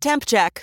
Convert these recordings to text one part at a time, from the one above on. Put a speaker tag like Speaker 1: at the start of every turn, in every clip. Speaker 1: Temp check.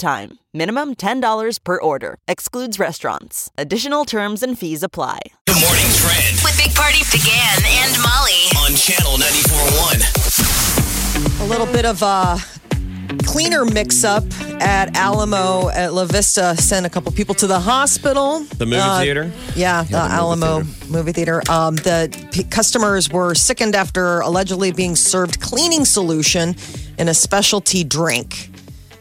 Speaker 1: time. Minimum $10 per order. Excludes restaurants. Additional terms and fees apply.
Speaker 2: The morning trend
Speaker 3: with Big Party began and Molly.
Speaker 2: on channel 94.1.
Speaker 4: A little bit of a cleaner mix up at Alamo at La Vista sent a couple people to the hospital.
Speaker 5: The movie
Speaker 4: Uh,
Speaker 5: theater?
Speaker 4: Yeah, the,
Speaker 5: movie
Speaker 4: Alamo movie theater. Um, the p- customers were sickened after allegedly being served cleaning solution in a specialty drink.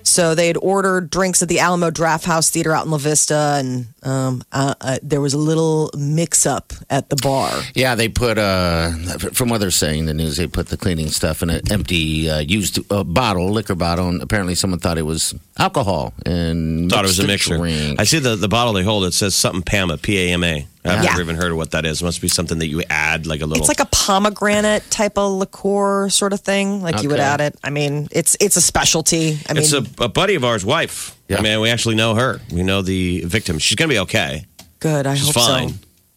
Speaker 4: So they had ordered drinks at the Alamo Draft House Theater out in La Vista, and um, uh, uh, there was a little mix up at the bar.
Speaker 6: Yeah, they put uh, from what they're saying, the news they put the cleaning stuff in an empty uh, used uh, bottle, liquor bottle, and apparently someone thought it was alcohol and
Speaker 5: Thought it was a
Speaker 6: mixed
Speaker 5: mixture.
Speaker 6: drink.
Speaker 5: I see the, the bottle they hold. It says something PAMA, P A M A. I've
Speaker 4: Yeah.
Speaker 5: never even heard of what that is. It must be something that you add like a little.
Speaker 4: It's like a pomegranate type of liqueur sort of thing. Like you would
Speaker 5: Okay.
Speaker 4: add it. I mean, it's it's a specialty. I mean,
Speaker 5: It's a, a buddy of ours' wife. I
Speaker 6: Yeah.
Speaker 5: mean, we actually know her. We know the victim. She's going to be okay.
Speaker 4: good. I
Speaker 5: She's
Speaker 4: hope
Speaker 5: fine.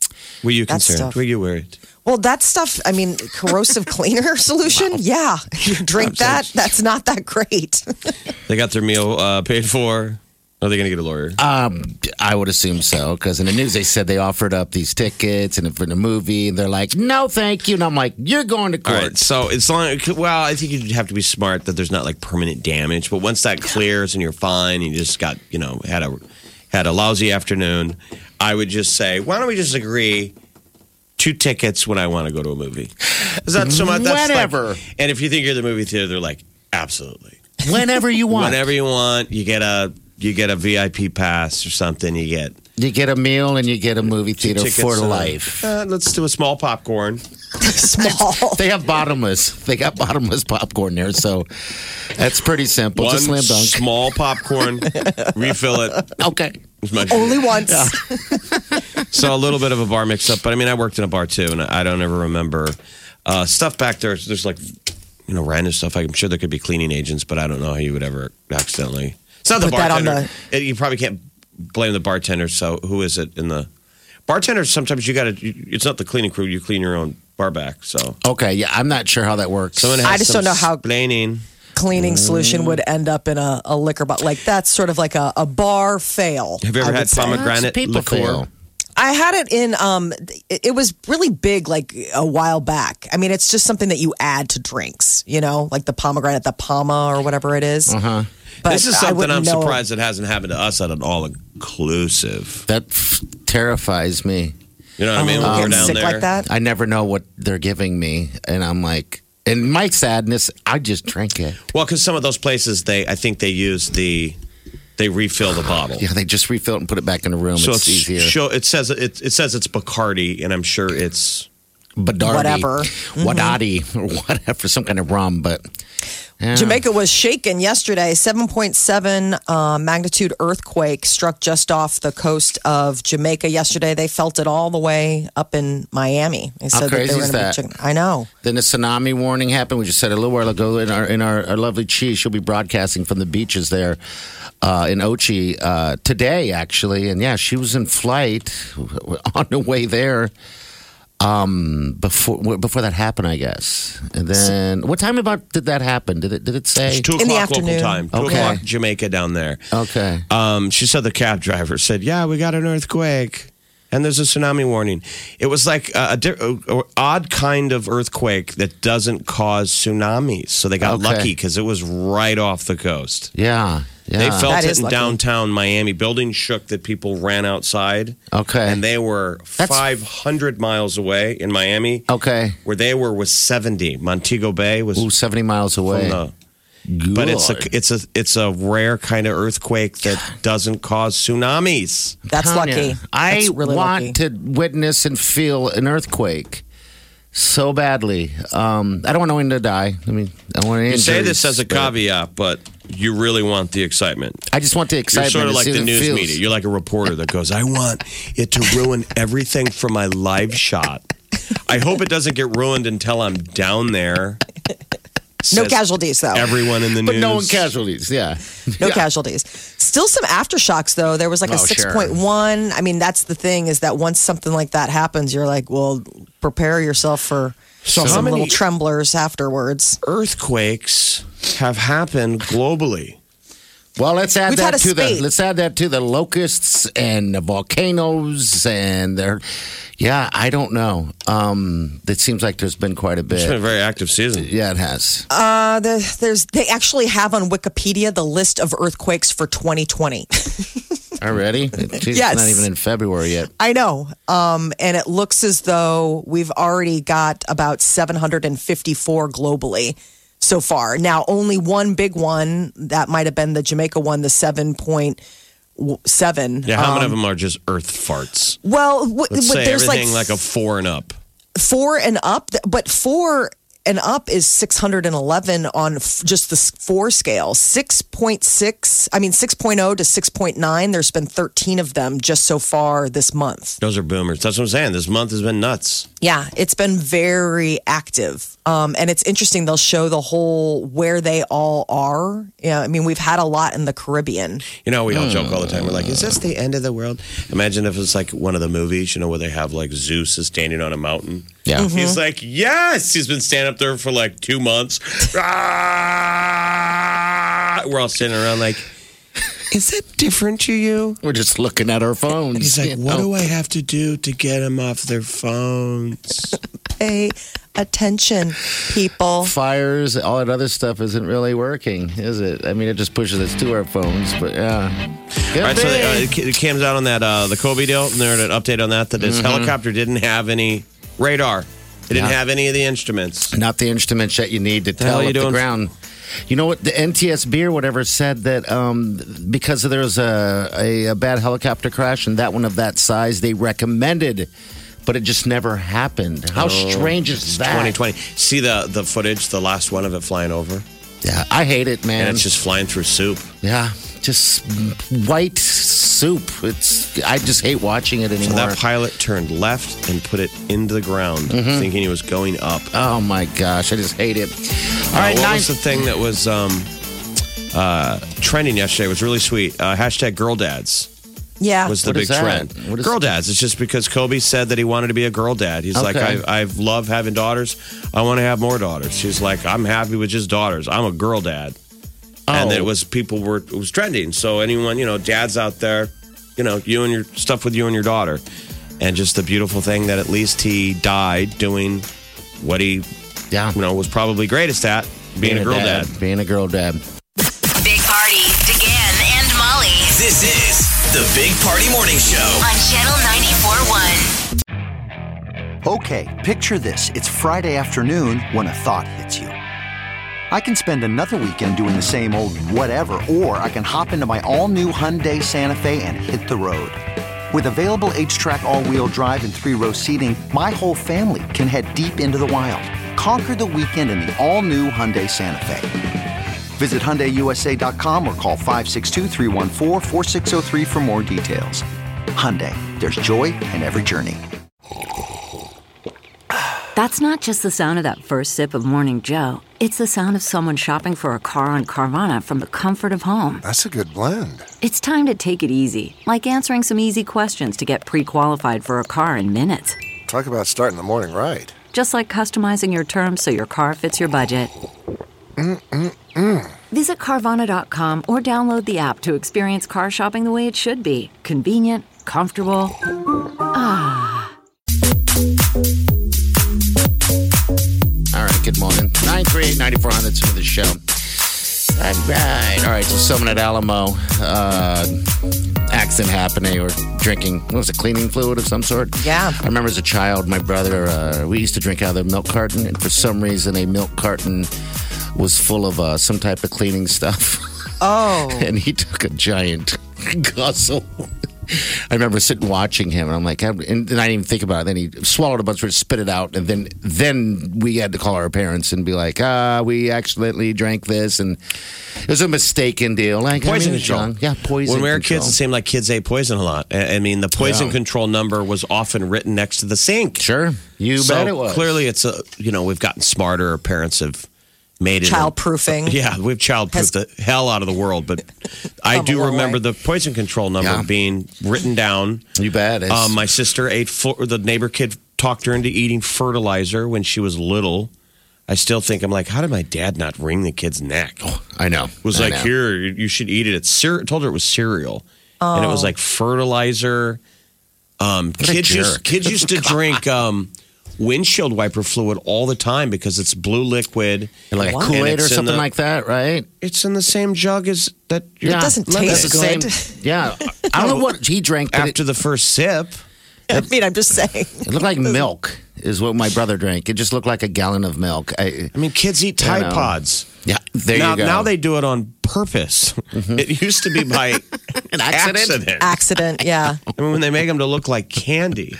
Speaker 4: so.
Speaker 5: Were you
Speaker 4: That
Speaker 5: concerned?
Speaker 4: stuff.
Speaker 5: Were you worried?
Speaker 4: Well, that stuff. I mean, corrosive cleaner solution. Yeah, you drink that. That's not that great.
Speaker 5: They got their meal uh, paid for. Are they going to get a lawyer?
Speaker 6: Um, I would assume so because in the news they said they offered up these tickets and for the movie, and they're like, "No, thank you." And I'm like, "You're going to
Speaker 5: All
Speaker 6: court."
Speaker 5: right. So it's long. Well, I think you'd have to be smart that there's not like permanent damage. But once that clears and you're fine, and you just got you know had a had a lousy afternoon. I would just say, why don't we just agree two tickets when I want to go to a movie? Is that so much? That's like-
Speaker 6: Whenever.
Speaker 5: and if you think you're the movie theater, they're like, absolutely.
Speaker 6: Whenever you want,
Speaker 5: Whenever you want, you get a you get a VIP pass or something. You get
Speaker 6: you get a meal and you get a movie
Speaker 5: two
Speaker 6: theater
Speaker 5: tickets,
Speaker 6: for
Speaker 5: uh,
Speaker 6: life.
Speaker 5: Uh, let's do a small popcorn.
Speaker 4: Small.
Speaker 6: They have bottomless. They got bottomless popcorn there, so that's pretty simple.
Speaker 5: One
Speaker 6: It's a slam dunk.
Speaker 5: small popcorn. refill it.
Speaker 6: okay.
Speaker 5: as much-
Speaker 4: Only once.
Speaker 5: So a little bit of a bar mix up, but I mean, I worked in a bar too, and I don't ever remember uh, stuff back there. There's like, you know, random stuff. I'm sure there could be cleaning agents, but I don't know how you would ever accidentally. It's not the
Speaker 4: Put that on
Speaker 5: bartender. It- you probably can't blame the bartender. So who is it in the bartenders? Sometimes you got to. It's not the cleaning crew. You clean your own bar back. So
Speaker 6: Okay. Yeah, I'm not sure how that works.
Speaker 5: someone has
Speaker 4: I just
Speaker 5: some
Speaker 4: don't know how-
Speaker 5: explaining.
Speaker 4: Cleaning solution would
Speaker 5: Mm.
Speaker 4: end up in a, a liquor bottle. Like that's sort of like a, a bar fail.
Speaker 5: Have you ever
Speaker 4: I
Speaker 5: had
Speaker 4: would say.
Speaker 5: pomegranate
Speaker 6: People
Speaker 5: liqueur?
Speaker 6: fail.
Speaker 4: I had it in. Um, it, it was really big, like a while back. I mean, it's just something that you add to drinks. You know, like the pomegranate, the palma, or whatever it is. Uh-huh. But
Speaker 5: This is
Speaker 4: I
Speaker 5: something
Speaker 4: wouldn't
Speaker 5: I'm
Speaker 4: know.
Speaker 5: surprised it hasn't happened to us at an all inclusive.
Speaker 6: That f- terrifies me.
Speaker 5: You know what I mean?
Speaker 4: Getting
Speaker 5: When we're down
Speaker 4: Oh, sick
Speaker 5: there.
Speaker 4: like that.
Speaker 6: I never know what they're giving me, and I'm like, and my sadness, I just drink it.
Speaker 5: Well, because some of those places, they I think they use the they refill the bottle.
Speaker 6: Yeah, they just refill it and put it back in the room.
Speaker 5: So
Speaker 6: it's,
Speaker 5: it's,
Speaker 6: easier.
Speaker 5: show- it says it, it says it's Bacardi, and I'm sure it's
Speaker 6: Badardi,
Speaker 4: Whatever. Mm-hmm.
Speaker 6: Wadati, or whatever, some kind of rum. But yeah.
Speaker 4: Jamaica was shaken yesterday. 7.7 uh, magnitude earthquake struck just off the coast of Jamaica yesterday. They felt it all the way up in Miami. They
Speaker 6: How
Speaker 4: said that
Speaker 6: crazy
Speaker 4: they were
Speaker 6: is
Speaker 4: gonna
Speaker 6: that?
Speaker 4: Be checking- I know.
Speaker 6: Then the tsunami warning happened. We just said a little while ago in our in our, our lovely Chi, she'll be broadcasting from the beaches there uh, in Ochi uh, today, actually. And yeah, she was in flight on the way there um, before before that happened, I guess. And then what time about did that happen? Did it did it say?
Speaker 5: it's two
Speaker 4: In the
Speaker 5: o'clock local
Speaker 4: afternoon.
Speaker 5: time, two
Speaker 6: Okay.
Speaker 5: o'clock Jamaica down there.
Speaker 6: Okay.
Speaker 5: Um, she said the cab driver said, "Yeah, we got an earthquake." And there's a tsunami warning. It was like a, a, di- a- a odd kind of earthquake that doesn't cause tsunamis. So they got
Speaker 6: Okay.
Speaker 5: lucky because it was right off the coast.
Speaker 6: Yeah. Yeah.
Speaker 5: They felt
Speaker 4: That
Speaker 5: it
Speaker 4: is
Speaker 5: in
Speaker 4: lucky.
Speaker 5: downtown Miami. Buildings shook that people ran outside.
Speaker 6: Okay.
Speaker 5: And they were
Speaker 6: That's-
Speaker 5: 500 miles away in Miami,
Speaker 6: okay.
Speaker 5: where they were was 70. Montego Bay was
Speaker 6: Ooh, 70 miles away.
Speaker 5: from the. But it's a
Speaker 6: Good.
Speaker 5: it's a it's a rare kind of earthquake that doesn't cause tsunamis.
Speaker 4: That's
Speaker 6: Tanya,
Speaker 4: lucky.
Speaker 6: I
Speaker 4: That's really
Speaker 6: want
Speaker 4: lucky.
Speaker 6: to witness and feel an earthquake so badly. Um, I don't want anyone to die. I mean, I don't want any
Speaker 5: You say
Speaker 6: injuries,
Speaker 5: this as a
Speaker 6: but-
Speaker 5: caveat, but you really want the excitement.
Speaker 6: I just want the
Speaker 5: You're
Speaker 6: excitement.
Speaker 5: sort of
Speaker 6: to
Speaker 5: like
Speaker 6: see
Speaker 5: the
Speaker 6: what it
Speaker 5: news
Speaker 6: feels.
Speaker 5: media. You're like a reporter that goes, I want it to ruin everything for my live shot. I hope it doesn't get ruined until I'm down there.
Speaker 4: No
Speaker 5: Says
Speaker 4: casualties, though.
Speaker 5: Everyone in the
Speaker 6: But
Speaker 5: news.
Speaker 6: no one casualties. Yeah.
Speaker 4: no
Speaker 6: Yeah.
Speaker 4: casualties. Still some aftershocks though. There was like a
Speaker 6: Oh,
Speaker 4: six
Speaker 6: sure.
Speaker 4: point one. I mean, that's the thing is that once something like that happens, you're like, well, prepare yourself for
Speaker 5: So how
Speaker 4: some
Speaker 5: many-
Speaker 4: little tremblers afterwards.
Speaker 5: Earthquakes have happened globally.
Speaker 6: Well, let's add
Speaker 4: We've
Speaker 6: that
Speaker 4: had a
Speaker 6: to the
Speaker 4: spate.
Speaker 6: let's add that to the locusts and the volcanoes and their yeah. I don't know. Um, it seems like there's been quite a
Speaker 5: It's been a
Speaker 6: bit.
Speaker 5: very active season.
Speaker 6: Yeah, it has.
Speaker 4: Uh, the, there's they actually have on Wikipedia the list of earthquakes for 2020.
Speaker 6: Already? Jeez,
Speaker 4: Yes.
Speaker 6: It's not even in February yet.
Speaker 4: I know, um, and it looks as though we've already got about 754 globally so far. Now, only one big one that might have been the Jamaica one, the 7.7.
Speaker 5: Yeah, how many of
Speaker 4: Um,
Speaker 5: them are just earth farts?
Speaker 4: Well, w-
Speaker 5: Let's
Speaker 4: w-
Speaker 5: say
Speaker 4: there's like,
Speaker 5: everything like, a four and up.
Speaker 4: four and up, th- but four and up is 611 on f- just the s- four scale. 6.6, I mean, 6.0 to 6.9, there's been 13 of them just so far this month.
Speaker 5: Those are boomers. That's what I'm saying. This month has been nuts.
Speaker 4: Yeah, it's been very active. Um, and it's interesting, they'll show the whole where they all are. Yeah, I mean, we've had a lot in the Caribbean.
Speaker 5: You know, we all joke all the time. We're like, is this the end of the world? Imagine if it's like one of the movies, you know, where they have like Zeus is standing on a mountain.
Speaker 6: Yeah.
Speaker 5: He's like, yes. He's been standing up there for like two months. Ah! We're all sitting around like, is that different to you?
Speaker 6: We're just looking at our phones.
Speaker 5: He's like,
Speaker 6: you
Speaker 5: what
Speaker 6: know?
Speaker 5: do I have to do to get them off their phones?
Speaker 4: Pay attention, people.
Speaker 6: Fires, all that other stuff isn't really working, is it? I mean, it just pushes us to our phones, but yeah. Good
Speaker 5: All right, so
Speaker 6: thing.
Speaker 5: uh, it ca- it comes out on that uh, the Kobe deal, and there an update on that that his helicopter didn't have any radar. It didn't
Speaker 6: Mm-hmm. Yeah.
Speaker 5: have any of the instruments.
Speaker 6: not the instruments that you need to
Speaker 5: hell
Speaker 6: tell
Speaker 5: are you
Speaker 6: if the
Speaker 5: doing?
Speaker 6: ground. You know what? The NTSB or whatever said that um, because there was a, a, a bad helicopter crash and that one of that size, they recommended, but it just never happened.
Speaker 5: Oh.
Speaker 6: How strange is that?
Speaker 5: 2020. See the the footage, the last one of it flying over, and,
Speaker 6: Yeah, I hate it, man.
Speaker 5: it's just flying through soup.
Speaker 6: yeah, just white soup. It's I just hate watching it
Speaker 5: And
Speaker 6: anymore.
Speaker 5: that pilot turned left and put it into the ground,
Speaker 6: Mm-hmm.
Speaker 5: thinking he was going up.
Speaker 6: oh my gosh, I just hate it. All right,
Speaker 5: Uh, what
Speaker 6: nine.
Speaker 5: was the thing that was um, uh, trending yesterday? It was really sweet. Uh, hashtag girl dads.
Speaker 4: Yeah.
Speaker 5: was the
Speaker 6: What
Speaker 5: big
Speaker 6: is that?
Speaker 5: trend.
Speaker 6: What is-
Speaker 5: girl dads. It's just because Kobe said that he wanted to be a girl dad. He's like,
Speaker 6: Okay.
Speaker 5: I, I love having daughters. I want to have more daughters. She's like, I'm happy with just daughters. I'm a girl dad. And
Speaker 6: Oh.
Speaker 5: it was people were it was trending. So anyone you know, dads out there, you know, you and your stuff with you and your daughter, and just the beautiful thing that at least he died doing what he
Speaker 6: yeah,
Speaker 5: you know was probably greatest at being, a girl dad.
Speaker 6: Being a girl dad.
Speaker 3: Big Party, DeGan and Molly
Speaker 2: This is the Big Party Morning Show.
Speaker 3: on Channel 94.1.
Speaker 7: Okay, picture this. It's Friday afternoon when a thought hits you. I can spend another weekend doing the same old whatever, or I can hop into my all new Hyundai Santa Fe and hit the road. With available H track, all wheel drive, and three row seating, my whole family can head deep into the wild. Conquer the weekend in the all new Hyundai Santa Fe. Visit HyundaiUSA.com or call 562-314-4603 for more details. Hyundai, there's joy in every journey.
Speaker 8: That's not just the sound of that first sip of Morning Joe. It's the sound of someone shopping for a car on Carvana from the comfort of home.
Speaker 9: That's a good blend.
Speaker 8: It's time to take it easy, like answering some easy questions to get pre qualified for a car in minutes.
Speaker 9: Talk about starting the morning right.
Speaker 8: Just like customizing your terms so your car fits your budget. Visit Carvana.com or download the app to experience car shopping the way it should be convenient, comfortable.
Speaker 6: All right, good morning. 938 9400, some of the show. All right. All right, so someone at Alamo, uh, accident happened. They were drinking, what was it, cleaning fluid of some sort?
Speaker 4: Yeah.
Speaker 6: I remember as a child, my brother, uh, we used to drink out of a milk carton, and for some reason, a milk carton was full of uh, some type of cleaning stuff.
Speaker 4: oh.
Speaker 6: and he took a giant guzzle I remember sitting watching him, and I'm like, I- and then I didn't even think about it. Then he swallowed a bunch of it, spit it out, and then then we had to call our parents and be like, ah, we accidentally drank this, and it was a mistaken deal. Like I mean,
Speaker 5: Poison
Speaker 6: it was
Speaker 5: control.
Speaker 6: young. yeah, poison.
Speaker 5: When we were
Speaker 6: control.
Speaker 5: kids, it seemed like kids ate poison a lot. I I mean, the poison
Speaker 6: Yeah.
Speaker 5: control number was often written next to the sink.
Speaker 6: sure, you
Speaker 5: so
Speaker 6: bet it was
Speaker 5: clearly, it's a you know we've gotten smarter. Our parents have made it a-
Speaker 4: Childproofing.
Speaker 5: yeah, we've childproofed
Speaker 4: Has-
Speaker 5: the hell out of the world. But I
Speaker 4: Come a
Speaker 5: do
Speaker 4: long
Speaker 5: remember
Speaker 4: way.
Speaker 5: the poison control number
Speaker 6: Yeah.
Speaker 5: being written down.
Speaker 6: You bet. It's-
Speaker 5: Um, my sister ate full, the neighbor kid talked her into eating fertilizer when she was little. I still think I'm like, how did my dad not wring the kid's neck?
Speaker 6: I know.
Speaker 5: was
Speaker 6: I
Speaker 5: like,
Speaker 6: know.
Speaker 5: here, you you should eat it. It's cere- told her it was cereal, and it was like fertilizer. Um,
Speaker 6: Oh. a
Speaker 5: kids used
Speaker 6: jerk.
Speaker 5: kids used to drink um, windshield wiper fluid all the time because it's blue liquid,
Speaker 6: like
Speaker 5: And
Speaker 6: Kool Aid or
Speaker 5: it's in
Speaker 6: something
Speaker 5: the-
Speaker 6: like that, right?
Speaker 5: It's in the same jug as that.
Speaker 6: Yeah.
Speaker 4: doesn't
Speaker 6: That's
Speaker 4: taste
Speaker 6: the same-
Speaker 4: good.
Speaker 6: yeah, I don't know what he drank. But it-
Speaker 5: After the first sip,
Speaker 4: I mean, I'm just saying.
Speaker 6: It looked like milk, is what my brother drank. It just looked like a gallon of milk. I,
Speaker 5: I mean, kids eat
Speaker 6: I
Speaker 5: Tide
Speaker 6: know.
Speaker 5: Pods.
Speaker 6: yeah, there
Speaker 5: now,
Speaker 6: you go. Mm-hmm.
Speaker 5: now they do it on purpose. It used to be by
Speaker 6: an accident.
Speaker 4: Accident, yeah.
Speaker 5: I mean, when they make them to look like candy,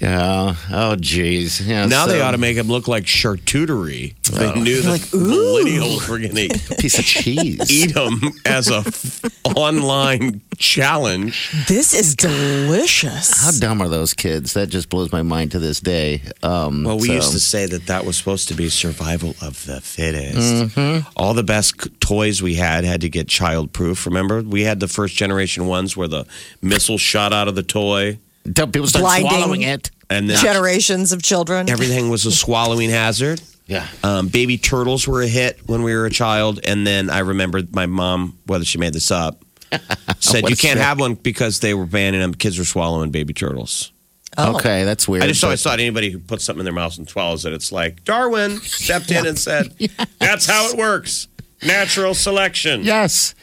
Speaker 6: Yeah. Oh, jeez. Yeah,
Speaker 5: now they
Speaker 6: so-
Speaker 5: ought to make them look like charcuterie. They knew that millennials were going to
Speaker 6: piece of cheese.
Speaker 5: eat them as a f- online challenge.
Speaker 4: This is delicious.
Speaker 6: How dumb are those kids? That just blows my mind to this day. Um,
Speaker 5: Well, we
Speaker 6: so-
Speaker 5: used to say that that was supposed to be survival of the fittest. All the best c- toys we had had to get childproof. Remember, we had the first generation ones where the missile shot out of the toy,
Speaker 6: Tell people to start
Speaker 4: Blinding.
Speaker 6: swallowing it.
Speaker 5: and then
Speaker 4: Generations of children.
Speaker 5: everything was a swallowing hazard.
Speaker 6: Yeah.
Speaker 5: Um, baby turtles were a hit when we were a child, and then I remembered my mom, whether she made this up, said
Speaker 6: What
Speaker 5: you
Speaker 6: a
Speaker 5: can't
Speaker 6: shock.
Speaker 5: have one because they were banning them. Kids were swallowing baby turtles.
Speaker 6: Okay, that's weird.
Speaker 5: Oh. I just
Speaker 6: but-
Speaker 5: always thought anybody who puts something in their mouth and swallows it, it's like Darwin stepped in and said, "That's how it works, natural selection."
Speaker 6: Yes.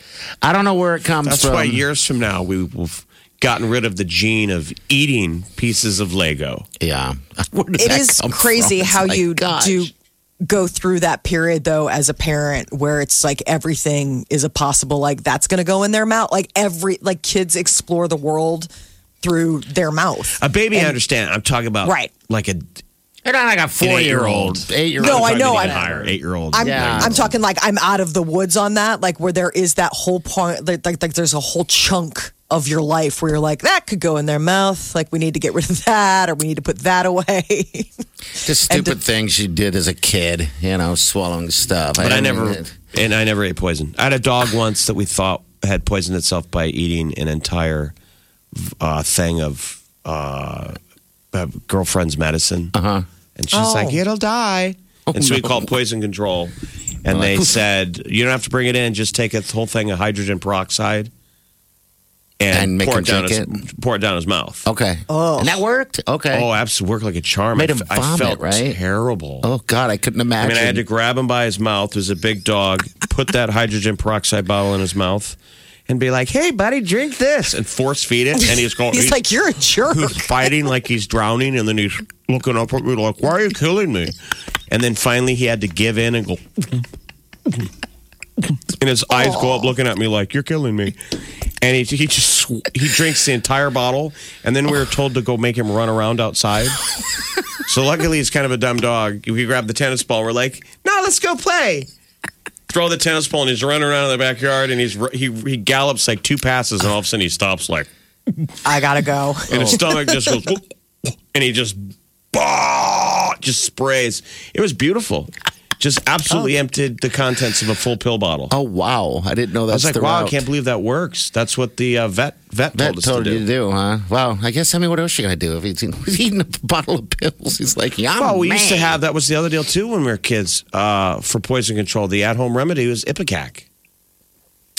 Speaker 6: I don't know where it comes
Speaker 5: That's
Speaker 6: from.
Speaker 5: why years from now we will have gotten rid of the gene of eating pieces of Lego.
Speaker 6: yeah. Where did
Speaker 4: it
Speaker 6: that
Speaker 4: is
Speaker 6: come from?
Speaker 4: crazy
Speaker 6: It's
Speaker 4: how
Speaker 6: like,
Speaker 4: you
Speaker 6: gosh.
Speaker 4: do go through that period though as a parent where it's like everything is a possible like that's going to go in their mouth like every like kids explore the world through their mouth
Speaker 5: A baby, I understand. I'm talking about
Speaker 4: Right.
Speaker 5: like a
Speaker 6: You're not like a four year old,
Speaker 5: eight-year-old.
Speaker 6: eight year old.
Speaker 4: No, I know,
Speaker 5: I'm
Speaker 4: I-
Speaker 5: higher eight year old.
Speaker 4: I'm,
Speaker 6: Yeah.
Speaker 4: I'm talking like I'm out of the woods on that, like where there is that whole point, like, like like there's a whole chunk of your life where you're like that could go in their mouth, like we need to get rid of that or we need to put that away.
Speaker 6: Just
Speaker 4: And
Speaker 6: stupid things you did as a kid, you know, swallowing stuff.
Speaker 5: But I
Speaker 6: mean,
Speaker 5: never,
Speaker 6: it-
Speaker 5: and I never ate poison. I had a dog once that we thought had poisoned itself by eating an entire uh, thing of uh, uh, girlfriend's medicine. Uh
Speaker 6: Uh-huh.
Speaker 5: huh. And she's like, it'll die.
Speaker 6: Oh
Speaker 5: and so we called poison control, and they said you don't have to bring it in. Just take a whole thing of hydrogen peroxide
Speaker 6: And
Speaker 5: and,
Speaker 6: make
Speaker 5: pour
Speaker 6: him
Speaker 5: it down his
Speaker 6: drink
Speaker 5: pour it down his mouth.
Speaker 6: Okay. Oh. And that worked? Okay.
Speaker 5: Oh, absolutely worked like a charm.
Speaker 6: Made
Speaker 5: I
Speaker 6: him
Speaker 5: f- I
Speaker 6: vomit,
Speaker 5: felt
Speaker 6: right?
Speaker 5: terrible.
Speaker 6: Oh, God, I couldn't
Speaker 5: I
Speaker 6: imagine.
Speaker 5: mean, I had to grab him by his mouth. There's a big dog. Put that hydrogen peroxide bottle in his mouth, and be like, "Hey, buddy, drink this," and force feed it. And he's going,
Speaker 4: He's like, you're a jerk.
Speaker 5: he's fighting like he's drowning, and then he's looking up at me like, "Why are you killing me?" And then finally, he had to give in and go. And his eyes go up, looking at me like you're killing me. And he, he just sw- he drinks the entire bottle, and then we were told to go make him run around outside. so luckily, he's kind of a dumb dog. We grabbed the tennis ball. We're like, "No, let's go play." Throw the tennis ball, and he's running around in the backyard, and he's r- he he gallops like two passes, and all of a sudden he stops like
Speaker 4: I gotta go.
Speaker 5: and
Speaker 6: Oh.
Speaker 5: his stomach just goes, and he just, bah, just sprays. It was beautiful. Just absolutely emptied the contents of a full pill bottle.
Speaker 6: Oh, wow. I didn't know
Speaker 5: I
Speaker 6: that's
Speaker 5: was like,
Speaker 6: the
Speaker 5: wow,
Speaker 6: route.
Speaker 5: I can't believe that works. That's what the uh, vet vet
Speaker 6: That
Speaker 5: told us
Speaker 6: told
Speaker 5: to
Speaker 6: you
Speaker 5: do.
Speaker 6: to do, huh? Wow. I guess, I mean, what else you going to do? If he's, he's eating a bottle of pills, he's like, yeah, I'm
Speaker 5: Oh, Well, we used to
Speaker 6: mad.
Speaker 5: have that was the other deal too when we were kids uh, for poison control. The at home remedy was Ipecac.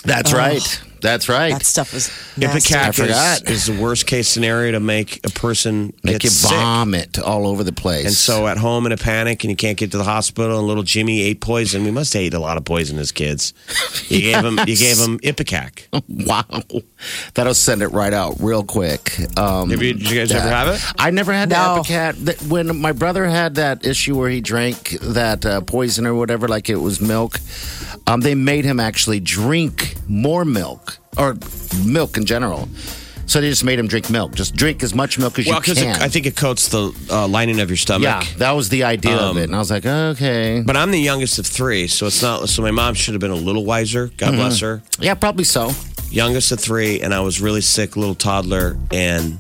Speaker 6: That's right. That's right.
Speaker 4: That stuff is nasty.
Speaker 5: Ipecac
Speaker 6: I forgot.
Speaker 5: is, is the worst case scenario to make a person
Speaker 6: Make
Speaker 5: get
Speaker 6: you
Speaker 5: sick.
Speaker 6: vomit all over the place.
Speaker 5: And so at home in a panic and you can't get to the hospital and little Jimmy ate poison. We must have ate a lot of poison as kids. You gave him you gave him Ipecac.
Speaker 6: wow. That'll send it right out real quick. Um,
Speaker 5: Have you- did you guys ever have it?
Speaker 6: I never had
Speaker 4: No.
Speaker 6: the Epicat. Th- When my brother had that issue where he drank that uh, poison or whatever, like it was milk, um, they made him actually drink more milk or milk in general. So they just made him drink milk. Just drink as much milk as
Speaker 5: Well,
Speaker 6: you
Speaker 5: because
Speaker 6: can.
Speaker 5: I think it coats the uh, lining of your stomach.
Speaker 6: yeah, that was the idea of
Speaker 5: Um,
Speaker 6: it, and I was like, okay,
Speaker 5: But I'm the youngest of three, so it's not. So my mom should have been a little wiser. God bless her.
Speaker 6: yeah, probably so.
Speaker 5: Youngest of three, and I was really sick, little toddler, and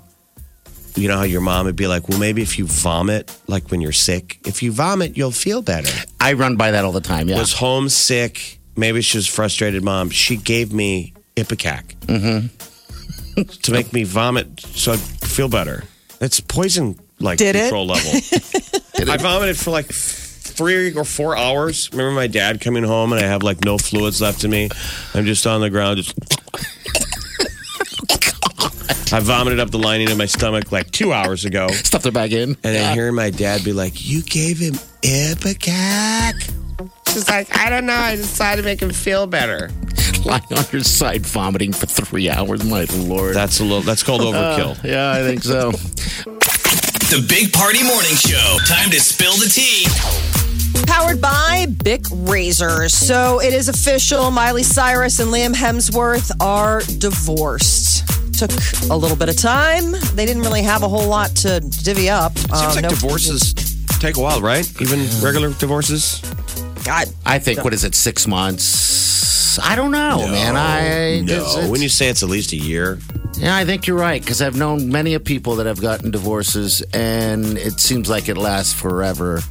Speaker 5: you know how your mom would be like, "Well, maybe if you vomit, like when you're sick, if you vomit, you'll feel better."
Speaker 6: I run by that all the time. Yeah,
Speaker 5: Was homesick. Maybe she was frustrated. Mom, she gave me Ipecac
Speaker 4: Mm-hmm.
Speaker 5: to make me vomit, so I feel better. It's poison like
Speaker 4: Did it?
Speaker 5: control level. I vomited for like three or four hours. Remember my dad coming home and I have like no fluids left in me. I'm just on the ground, just. I vomited up the lining of my stomach like two hours ago.
Speaker 6: stuffed it back in.
Speaker 5: And then hearing my dad be like, You gave him Ipecac? She's like, I don't know. I decided to make him feel better.
Speaker 6: lying on your side vomiting for three hours. My lord.
Speaker 5: That's a little, that's
Speaker 6: Uh,
Speaker 5: called overkill.
Speaker 6: yeah, I think so.
Speaker 2: The Big Party Morning Show. Time to spill the tea.
Speaker 4: Powered by Bic Razors. So it is official. Miley Cyrus and Liam Hemsworth are divorced. Took a little bit of time. They didn't really have a whole lot to divvy up.
Speaker 5: Seems
Speaker 4: Um,
Speaker 5: like
Speaker 4: no-
Speaker 5: divorces take a while, right? Even regular divorces?
Speaker 4: God,
Speaker 6: I think what is it? Six months. I don't know, man. I
Speaker 5: no.
Speaker 6: it's- it's-
Speaker 5: when you say it's at least a year,
Speaker 6: yeah, I think you're right because I've known many of people that have gotten divorces, and it seems like it lasts forever.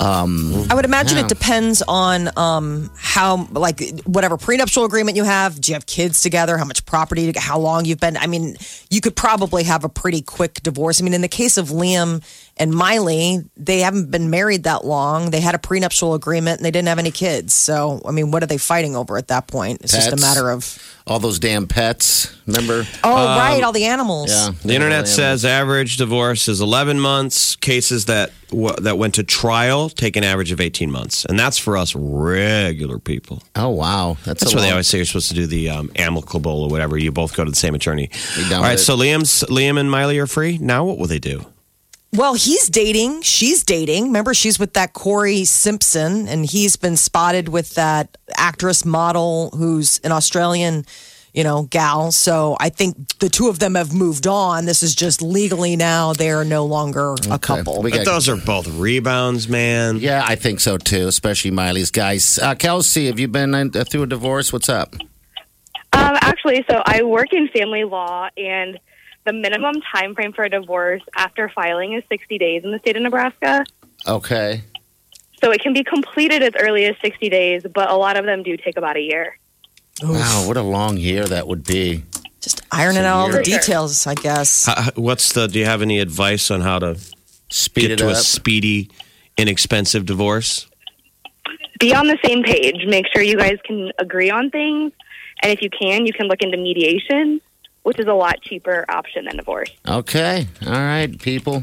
Speaker 4: I would imagine
Speaker 6: Yeah.
Speaker 4: it depends on um, how, like, whatever prenuptial agreement you have. Do you have kids together? How much property? How long you've been? I mean, you could probably have a pretty quick divorce. I mean, in the case of Liam and Miley, they haven't been married that long. They had a prenuptial agreement and they didn't have any kids. So, I mean, what are they fighting over at that point? It's just a
Speaker 6: Pets.
Speaker 4: matter of
Speaker 6: All those damn pets. Remember?
Speaker 4: oh, right, all the animals.
Speaker 6: Yeah.
Speaker 5: The internet says average divorce is 11 months. Cases that w- that went to trial take an average of 18 months, and that's for us regular people.
Speaker 6: Oh wow, that's,
Speaker 5: That's
Speaker 6: a
Speaker 5: why they
Speaker 6: long-
Speaker 5: always say you're supposed to do the um, amicable or whatever. You both go to the same attorney.
Speaker 6: Be
Speaker 5: All
Speaker 6: done
Speaker 5: right,
Speaker 6: with it.
Speaker 5: so Liam's, Liam and Miley are free. Now what will they do?
Speaker 4: Well, he's dating. She's dating. Remember, she's with that Corey Simpson, and he's been spotted with that actress model who's an Australian, you know, gal. So I think the two of them have moved on. This is just legally now they are no longer a couple.
Speaker 6: We
Speaker 5: But
Speaker 6: got
Speaker 5: those are both rebounds, man.
Speaker 6: Yeah, I think so too, especially Miley's guys. Uh, Kelsey, have you been uh, through a divorce? What's up?
Speaker 10: Um, actually, so I work in family law, and the minimum time frame for a divorce after filing is 60 days in the state of Nebraska.
Speaker 6: Okay.
Speaker 10: So it can be completed as early as 60 days, but a lot of them do take about a year.
Speaker 6: Wow, what a long year that would be.
Speaker 4: Just ironing out all the
Speaker 10: For sure.
Speaker 4: details, I guess.
Speaker 5: Uh, what's the? Do you have any advice on how to
Speaker 6: Speed
Speaker 5: get
Speaker 6: it
Speaker 5: to
Speaker 6: up.
Speaker 5: a speedy, inexpensive divorce?
Speaker 10: Be on the same page. Make sure you guys can agree on things. And if you can, you can look into mediation, which is a lot cheaper option than divorce.
Speaker 6: okay. All right, people.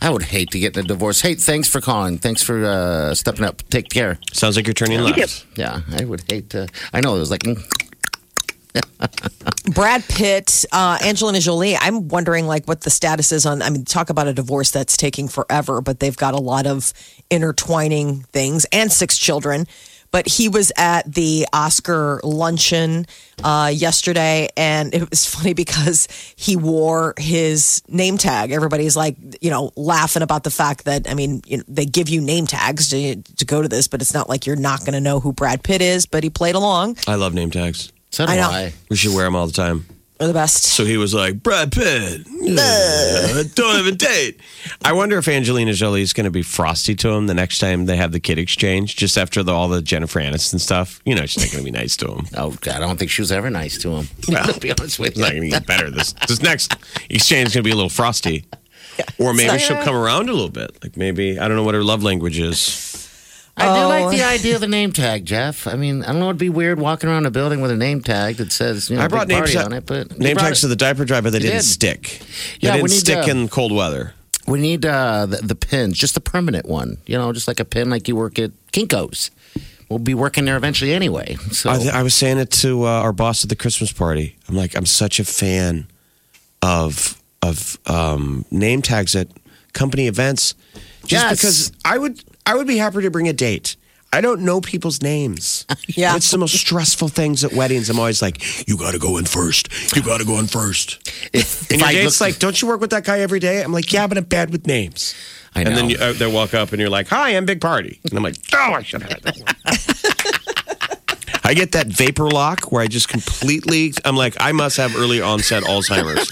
Speaker 6: I would hate to get in a divorce. Hey, thanks for calling. Thanks for uh, stepping up. Take care.
Speaker 5: Sounds like you're turning left.
Speaker 10: too.
Speaker 6: Yeah, I would hate to. I know it was like, mm,
Speaker 4: Brad Pitt, uh, Angelina Jolie. I'm wondering, like, what the status is on. I mean, talk about a divorce that's taking forever, but they've got a lot of intertwining things and six children. But he was at the Oscar luncheon uh, yesterday, and it was funny because he wore his name tag. Everybody's like, you know, laughing about the fact that, I mean, you know, they give you name tags to, to go to this, but it's not like you're not going to know who Brad Pitt is, but he played along.
Speaker 5: I love name tags.
Speaker 6: so do
Speaker 4: I
Speaker 6: I.
Speaker 4: know.
Speaker 5: We should wear them all the time.
Speaker 4: They're the best.
Speaker 5: So he was like, Brad Pitt, uh, don't have a date. I wonder if Angelina Jolie is going to be frosty to him the next time they have the kid exchange, just after the, all the Jennifer Aniston stuff. You know, she's not going to be nice to him.
Speaker 6: Oh, God, I don't think she was ever nice to him. to be honest with
Speaker 5: It's not
Speaker 6: you.
Speaker 5: going to get better. This this next exchange is going to be a little frosty. Or maybe she'll come around a little bit. Like maybe, I don't know what her love language is.
Speaker 6: I do
Speaker 4: Oh.
Speaker 6: like the idea of the name tag, Jeff. I mean, I don't know it'd be weird walking around a building with a name tag that says, you know,
Speaker 5: I brought
Speaker 6: big
Speaker 5: name,
Speaker 6: party
Speaker 5: ta-
Speaker 6: on it, but you
Speaker 5: name
Speaker 6: brought
Speaker 5: tags
Speaker 6: it.
Speaker 5: to the diaper drive, but they didn't
Speaker 6: did.
Speaker 5: stick.
Speaker 6: Yeah,
Speaker 5: they
Speaker 6: we
Speaker 5: didn't
Speaker 6: need
Speaker 5: stick
Speaker 6: to-
Speaker 5: in cold weather.
Speaker 6: We need uh, the, the pins, just the permanent one. You know, just like a pin, like you work at Kinkos. We'll be working there eventually anyway. So
Speaker 5: I, th- I was saying it to uh, our boss at the Christmas party. I'm like, I'm such a fan of of um, name tags at company events, just
Speaker 6: Yes.
Speaker 5: because I would I would be happy to bring a date. I don't know people's names.
Speaker 4: Yeah.
Speaker 5: It's the most stressful things at weddings. I'm always like, you got to go in first. You got to go in first.
Speaker 6: If,
Speaker 5: And
Speaker 6: if
Speaker 5: your
Speaker 6: I
Speaker 5: date's
Speaker 6: look-
Speaker 5: like, don't you work with that guy every day? I'm like, yeah, but I'm bad with names.
Speaker 6: I know.
Speaker 5: And then you, uh, they walk up and you're like, hi, I'm Big Party. And I'm like, oh, I should have had that one. I get that vapor lock where I just completely, I'm like, I must have early onset Alzheimer's.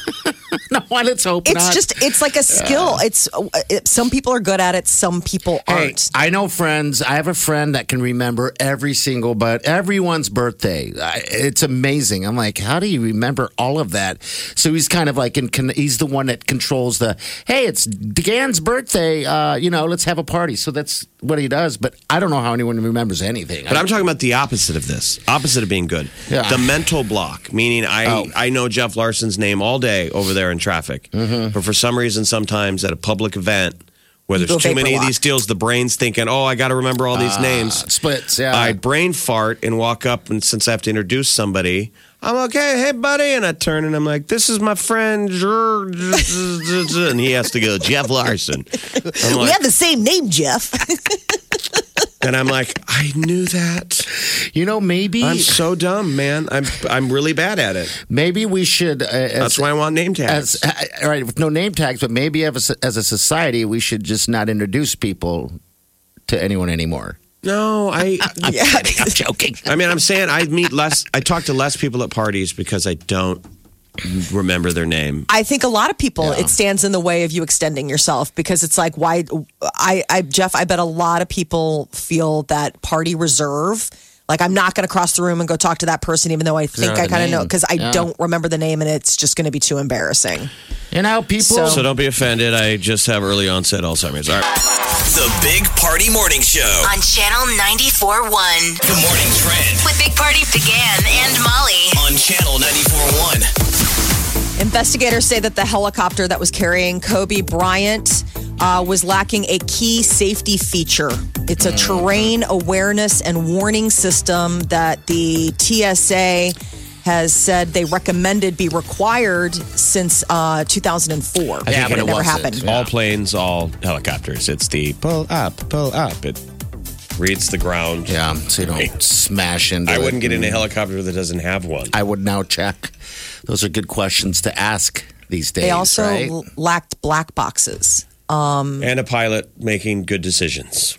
Speaker 6: no, let's hope
Speaker 4: It's
Speaker 6: not.
Speaker 4: just, it's like a skill. It's uh, it, some people are good at it, some people
Speaker 6: Hey,
Speaker 4: aren't.
Speaker 6: I know friends. I have a friend that can remember every single but everyone's birthday. I, it's amazing. I'm like, how do you remember all of that? So he's kind of like, in, con- he's the one that controls the. Hey, it's Dan's birthday. Uh, you know, let's have a party. So that's what he does. But I don't know how anyone remembers anything.
Speaker 5: But I'm talking about the opposite of this, opposite of being good.
Speaker 6: Yeah.
Speaker 5: The mental block, meaning I,
Speaker 6: Oh.
Speaker 5: I know Jeff Larson's name all day over there in traffic.
Speaker 6: Mm-hmm.
Speaker 5: But for some reason, sometimes at a public event where
Speaker 4: You
Speaker 5: there's
Speaker 4: go
Speaker 5: too many of
Speaker 4: vaporwalk.
Speaker 5: these deals, the brain's thinking, oh, I got to remember all
Speaker 6: Ah,
Speaker 5: these names.
Speaker 6: splits. Yeah,
Speaker 5: I brain fart and walk up, and since I have to introduce somebody, I'm okay, hey buddy, and I turn and I'm like, this is my friend, and he has to go, Jeff Larson. I'm
Speaker 4: we
Speaker 5: like,
Speaker 4: have the same name, Jeff.
Speaker 5: and I'm like, I knew that.
Speaker 6: you know, maybe
Speaker 5: I'm so dumb, man. I'm I'm really bad at it.
Speaker 6: maybe we should. Uh,
Speaker 5: That's
Speaker 6: as,
Speaker 5: why I want name tags.
Speaker 6: as, uh, all right, with no name tags, but maybe as a, as a society, we should just not introduce people to anyone anymore.
Speaker 5: no, I.
Speaker 4: yeah.
Speaker 6: I'm joking.
Speaker 5: I mean, I'm saying I meet less. I talk to less people at parties because I don't remember their name.
Speaker 4: I think a lot of people it stands in the way of you extending yourself because it's like why I, I Jeff I bet a lot of people feel that party reserve like I'm not going to cross the room and go talk to that person even though I think
Speaker 6: Yeah,
Speaker 4: I
Speaker 6: the
Speaker 4: kind of know
Speaker 6: name.
Speaker 4: because I
Speaker 6: Yeah.
Speaker 4: don't remember the name and it's just going to be too embarrassing.
Speaker 6: You know, people.
Speaker 5: So don't be offended. I just have early onset Alzheimer's. All right.
Speaker 2: The Big Party Morning Show.
Speaker 3: on Channel 94.1.
Speaker 2: Good morning, Trend.
Speaker 3: With Big Party began and Molly.
Speaker 2: On Channel 94.1.
Speaker 4: Investigators say that the helicopter that was carrying Kobe Bryant uh, was lacking a key safety feature. It's a terrain awareness and warning system that the TSA has said they recommended be required since uh, 2004.
Speaker 6: Yeah, but
Speaker 4: it
Speaker 6: it
Speaker 4: never
Speaker 6: wasn't.
Speaker 4: happened.
Speaker 5: All planes, all helicopters. It's the pull up, pull up. It reads the ground.
Speaker 6: Yeah, so you don't smash into
Speaker 5: I
Speaker 6: it.
Speaker 5: wouldn't get in a helicopter that doesn't have one.
Speaker 6: I would now check. Those are good questions to ask these days.
Speaker 4: They also
Speaker 6: right?
Speaker 4: l- lacked black boxes.
Speaker 5: And a pilot making good decisions.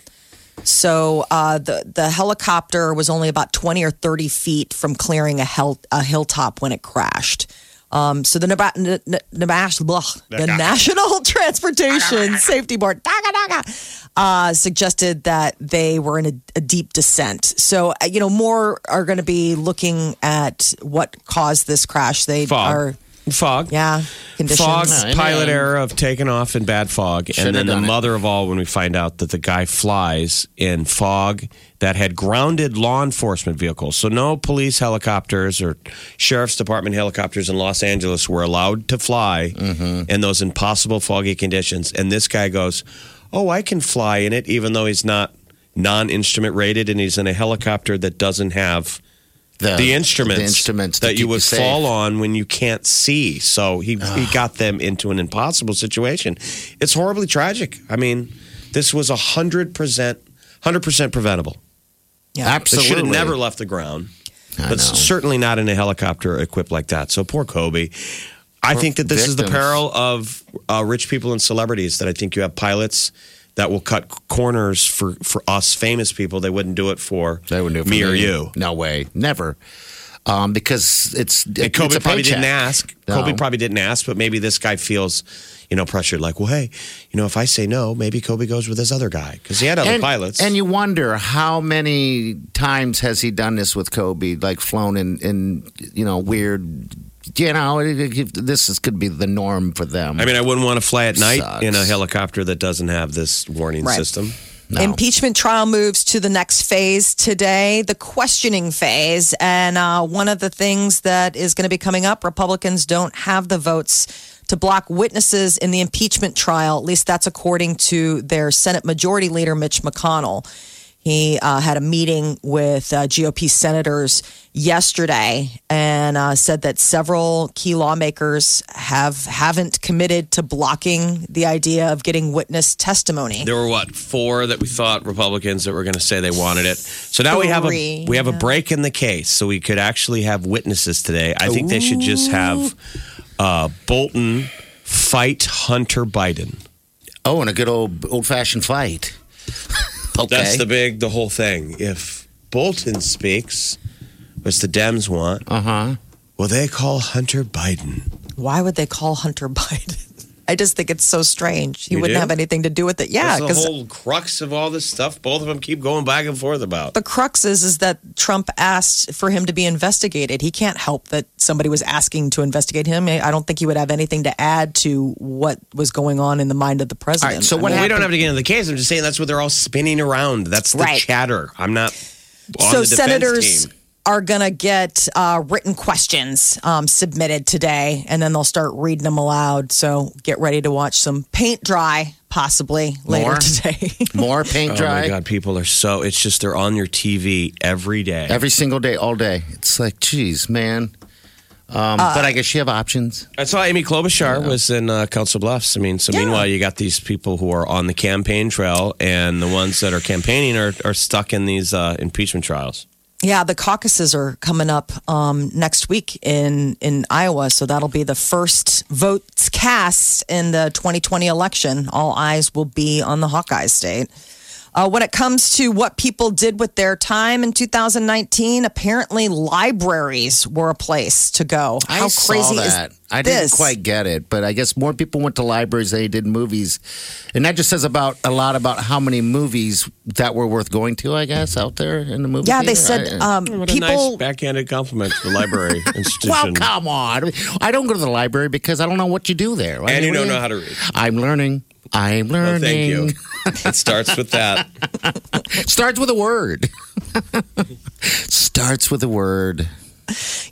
Speaker 4: So uh, the the helicopter was only about twenty or thirty feet from clearing a hell a hilltop when it crashed. Um, so the Neba- N- N- Nebash- blah, the National Transportation Safety Board daga, daga, uh, suggested that they were in a, a deep descent. So uh, you know more are going to be looking at what caused this crash. They
Speaker 5: Fog.
Speaker 4: are
Speaker 5: Fog.
Speaker 4: yeah conditions.
Speaker 5: Fog,
Speaker 6: I
Speaker 5: pilot
Speaker 6: mean- um,
Speaker 5: error of taking off in bad fog.
Speaker 6: Should've
Speaker 5: and then the
Speaker 6: done it.
Speaker 5: mother of all when we find out that the guy flies in fog that had grounded law enforcement vehicles. So no police helicopters or sheriff's department helicopters in Los Angeles were allowed to fly
Speaker 6: Mm-hmm.
Speaker 5: in those impossible foggy conditions. And this guy goes, Oh, I can fly in it, even though he's not non instrument rated and he's in a helicopter that doesn't have the instruments,
Speaker 6: the instruments to
Speaker 5: that
Speaker 6: keep
Speaker 5: you would
Speaker 6: safe.
Speaker 5: fall on when you can't see. So he he got them into an impossible situation. It's horribly tragic. I mean, this was a hundred percent, hundred percent preventable. They
Speaker 6: Absolutely.
Speaker 5: should have never left the ground,
Speaker 6: I
Speaker 5: but
Speaker 6: know.
Speaker 5: certainly not in a helicopter equipped like that. So poor Kobe. I think that this is the
Speaker 6: victims.
Speaker 5: peril of uh, rich people and celebrities. That I think you have pilots that will cut corners for for us famous people. They wouldn't do it for
Speaker 6: They wouldn't do it for
Speaker 5: me or you.
Speaker 6: No way. Never. Um, because it's
Speaker 5: And Kobe
Speaker 6: it's a
Speaker 5: probably
Speaker 6: paycheck.
Speaker 5: didn't ask.
Speaker 6: No.
Speaker 5: Kobe probably didn't ask, but maybe this guy feels, you know, pressured. Like, well, hey, you know, if I say no, maybe Kobe goes with this other guy because he had other
Speaker 6: and,
Speaker 5: pilots.
Speaker 6: And you wonder how many times has he done this with Kobe, like flown in, in you know, weird. You know, this is, could be the norm for them.
Speaker 5: I mean, I wouldn't want to fly at night
Speaker 6: Sucks.
Speaker 5: in a helicopter that doesn't have this warning
Speaker 4: Right.
Speaker 5: system.
Speaker 4: Impeachment trial moves to the next phase today, the questioning phase. And uh, one of the things that is going to be coming up Republicans don't have the votes to block witnesses in the impeachment trial. At least that's according to their Senate Majority Leader, Mitch McConnell. He uh, had a meeting with uh, GOP senators yesterday and uh, said that several key lawmakers have haven't committed to blocking the idea of getting witness testimony.
Speaker 5: There were what four that we thought Republicans that were going to say they wanted it. So now we have a
Speaker 4: Three,
Speaker 5: we have a break in the case, so we could actually have witnesses today. I think they should just have uh, Bolton fight Hunter Biden.
Speaker 6: Oh, and a good old old fashioned fight. okay.
Speaker 5: That's the big the whole thing. If Bolton speaks, which the Dems want,
Speaker 6: Uh huh.
Speaker 4: Uh-huh.
Speaker 5: will they call Hunter Biden?
Speaker 4: Why would they call Hunter Biden? I just think it's so strange. He
Speaker 5: You
Speaker 4: wouldn't
Speaker 5: do?
Speaker 4: have anything to do with it. Yeah,
Speaker 5: That's
Speaker 4: because
Speaker 5: the whole crux of all this stuff. Both of them keep going back and forth about.
Speaker 4: the crux is is that Trump asked for him to be investigated. He can't help that somebody was asking to investigate him. I I don't think he would have anything to add to what was going on in the mind of the
Speaker 6: All
Speaker 4: president.
Speaker 6: right, so
Speaker 4: I
Speaker 6: what
Speaker 5: Well,
Speaker 4: mean,
Speaker 5: we don't have to get into the case. I'm just saying that's what they're all spinning around. That's the
Speaker 4: Right.
Speaker 5: chatter. I'm not. On
Speaker 4: so
Speaker 5: the defense
Speaker 4: senators
Speaker 5: team.
Speaker 4: are going to get uh, written questions um, submitted today, and then they'll start reading them aloud. So get ready to watch some paint dry, possibly later
Speaker 6: More?
Speaker 4: today.
Speaker 6: More paint
Speaker 5: Oh
Speaker 6: dry
Speaker 5: my God, people are so. It's just they're on your TV every day.
Speaker 6: every single day, all day. It's like, geez, man. Um, but I guess you have options.
Speaker 5: I saw Amy Klobuchar was in uh, Council Bluffs. I mean, so meanwhile, you got these people who are on the campaign trail, and the ones that are campaigning are, are stuck in these uh, impeachment trials.
Speaker 4: Yeah, the caucuses are coming up um, next week in in Iowa, so that'll be the first votes cast in the 2020 election. All eyes will be on the Hawkeye state. Uh, when it comes to what people did with their time in 2019, apparently libraries were a place to go. How
Speaker 6: I saw
Speaker 4: crazy is
Speaker 6: that. I
Speaker 4: this?
Speaker 6: didn't quite get it, but I guess more people went to libraries than they did movies, and that just says about a lot about how many movies that were worth going to. I guess out there in the movie.
Speaker 4: yeah, they
Speaker 6: theater.
Speaker 4: said
Speaker 6: I-
Speaker 4: um,
Speaker 5: What a nice
Speaker 4: people.
Speaker 5: backhanded compliment to the library institution.
Speaker 6: Well, come on. I don't go to the library because I don't know what you do there. I
Speaker 5: And you don't
Speaker 6: mean, what do
Speaker 5: know how to read.
Speaker 6: I'm learning. I'm learning.
Speaker 5: No, Uh, thank you. It starts with that.
Speaker 6: Starts with a word. Starts with a word.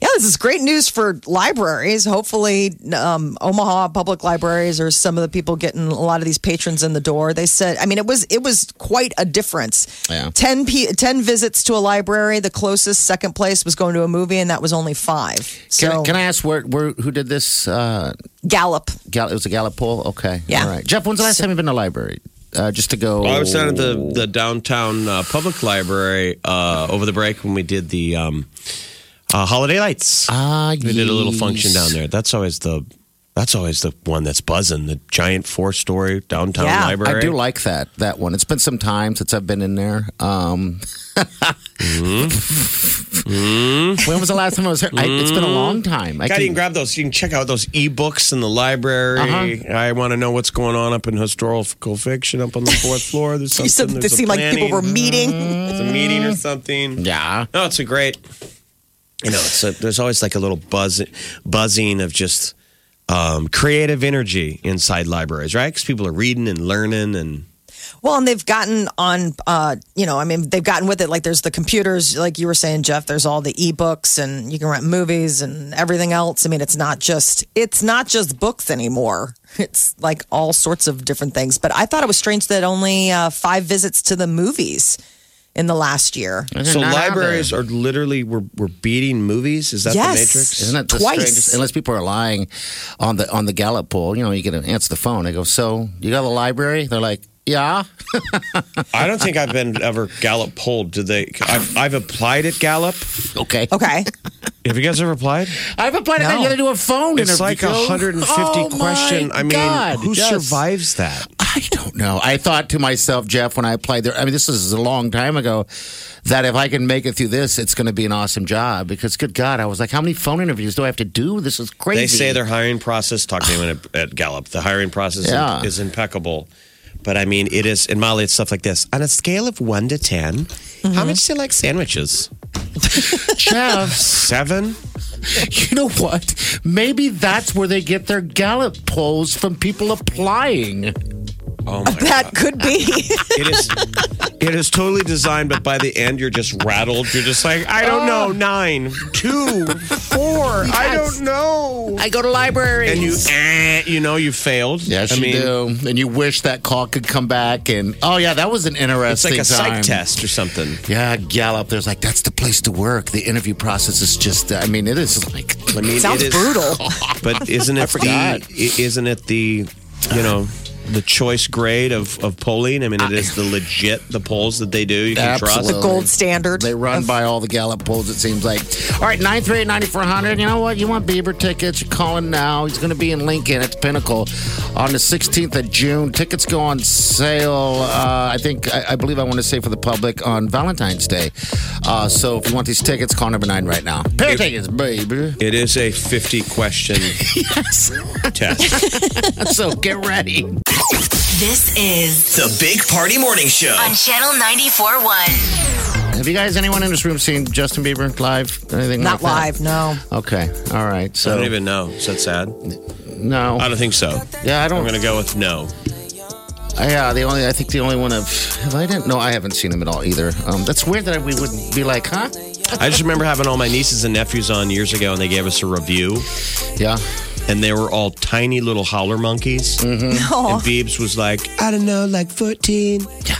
Speaker 4: Yeah, this is great news for libraries. Hopefully, um, Omaha public libraries are some of the people getting a lot of these patrons in the door. They said, I mean, it was it was quite a difference.
Speaker 6: Yeah.
Speaker 4: 10, p- 10 visits to a library. The closest second place was going to a movie, and that was only five.
Speaker 6: Can, I,
Speaker 4: So
Speaker 6: can I ask where, where who did this? Uh,
Speaker 4: Gallup.
Speaker 6: Gal- it was a Gallup poll. Okay.
Speaker 4: Yeah.
Speaker 6: All right. Jeff, when's the last time you've been to the library? Uh, just to go.
Speaker 5: Well, I was down at the, the downtown uh, public library uh, over the break when we did the um, uh, holiday lights.
Speaker 6: Ah,
Speaker 5: we did a little
Speaker 6: yes.
Speaker 5: function down there. That's always the that's always the one that's buzzing. The giant four story downtown
Speaker 4: Yeah.
Speaker 5: library.
Speaker 6: I do like that that one. It's been some time since I've been in there. Um,
Speaker 5: Mm-hmm.
Speaker 6: When was the last time I was here? I, it's been a long time. I
Speaker 5: God, you can Mm-hmm.
Speaker 6: can,
Speaker 5: grab those. You can check out those ebooks in the library. I want to know what's going on up in historical fiction up on the fourth floor. There's something.
Speaker 4: You said it
Speaker 5: Oh, there's a
Speaker 4: seemed like people
Speaker 5: planning. Mm-hmm.
Speaker 4: were meeting.
Speaker 5: It's a meeting or something.
Speaker 6: yeah.
Speaker 5: No, it's a great. You know, it's a, there's always like a little buzz, buzzing of just um, creative energy inside libraries, right? Because people are reading and learning, and
Speaker 4: Well, and they've gotten on, uh, you know, I mean, they've gotten with it. Like, there's the computers, like you were saying, Jeff. There's all the ebooks, and you can rent movies and everything else. I mean, it's not just it's not just books anymore. It's like all sorts of different things. But I thought it was strange that only uh, five visits to the movies in the last year.
Speaker 6: They're
Speaker 5: so
Speaker 6: not out
Speaker 5: libraries
Speaker 6: there.
Speaker 5: are literally we're, we're beating movies. Is that
Speaker 4: Yes.
Speaker 5: the Matrix?
Speaker 6: Isn't that the
Speaker 4: twice.
Speaker 6: strangest? Unless people are lying on the on the Gallup poll, you know, you get to answer the phone. I go, so you go to the library? They're like, yeah.
Speaker 5: I don't think I've been ever Gallup polled. Did they? I've, I've applied at Gallup.
Speaker 6: Okay.
Speaker 4: Okay,
Speaker 5: Have you guys ever applied?
Speaker 6: I've applied no.
Speaker 4: No.
Speaker 6: You got to do a phone
Speaker 5: It's
Speaker 6: interview.
Speaker 5: like a 150
Speaker 6: Oh, my
Speaker 5: question. I mean,
Speaker 6: God,
Speaker 5: who
Speaker 6: yes.
Speaker 5: survives that?
Speaker 6: I don't know. I thought to myself, Jeff, when I applied there, I mean, this is a long time ago, that if I can make it through this, it's going to be an awesome job because, good God, I was like, how many phone interviews do I have to do? This is crazy.
Speaker 5: They say their hiring process. Talk to anyone at, at Gallup. The hiring process
Speaker 6: Yeah.
Speaker 5: is, impeccable. But I mean, it is. And Molly, it's stuff like this. On a scale of one to 10 how
Speaker 6: Mm-hmm.
Speaker 5: much do you like sandwiches?
Speaker 6: Jeff,
Speaker 5: Seven.
Speaker 6: you know what? Maybe that's where they get their Gallup polls from people applying.
Speaker 5: Oh my
Speaker 4: That could be.
Speaker 5: It is. It is totally designed, but by the end you're just rattled. You're just like, I don't know, nine, two, four. I don't know.
Speaker 6: I go to libraries.
Speaker 5: And you, eh, you know, you failed.
Speaker 6: Yes,
Speaker 5: I
Speaker 6: you
Speaker 5: mean,
Speaker 6: do. And you wish that call could come back. And oh yeah, that was an
Speaker 5: It's
Speaker 6: interesting
Speaker 5: like a
Speaker 6: time.
Speaker 5: psych test or something.
Speaker 6: Yeah, Gallup. There's like that's the place to work. The interview process is just. I mean, it is like.
Speaker 5: I mean,
Speaker 4: Sounds
Speaker 5: it is-
Speaker 4: brutal.
Speaker 5: But isn't it the?
Speaker 6: forgot.
Speaker 5: i- Isn't it the? You know. The choice grade of, of polling. I mean, it is the legit the polls that they do. You can
Speaker 6: Absolutely.
Speaker 5: trust.
Speaker 4: the gold standard.
Speaker 6: They run
Speaker 4: of-
Speaker 6: by all the Gallup polls, it seems like. All right, 938 9400. You know what? You want Bieber tickets? You're calling now. He's going to be in Lincoln at the Pinnacle on the 16th of June. Tickets go on sale, uh, I think, I, I believe I want to say for the public on Valentine's Day. Uh, so if you want these tickets, call number nine right now. Pair of tickets, baby.
Speaker 5: It is a fifty question test.
Speaker 6: so get ready.
Speaker 3: This is
Speaker 2: The Big Party Morning Show.
Speaker 3: on Channel 94.1.
Speaker 6: Have you guys, anyone in this room, seen Justin Bieber live? Anything
Speaker 4: Not
Speaker 6: like that?
Speaker 4: live, no.
Speaker 6: Okay. All right.
Speaker 5: I
Speaker 6: So,
Speaker 5: don't even know. Is that sad?
Speaker 6: no.
Speaker 5: I don't think so.
Speaker 6: yeah, I don't.
Speaker 5: I'm going to go with no.
Speaker 6: Yeah, the only I think the only one of have I didn't no I haven't seen him at all either. Um, that's weird that we would be like, huh?
Speaker 5: I just remember having all my nieces and nephews on years ago, and they gave us a review,
Speaker 6: Yeah,
Speaker 5: and they were all tiny little howler monkeys.
Speaker 6: Mm-hmm. Oh.
Speaker 5: And Biebs was like, I don't know, like 14. Yeah.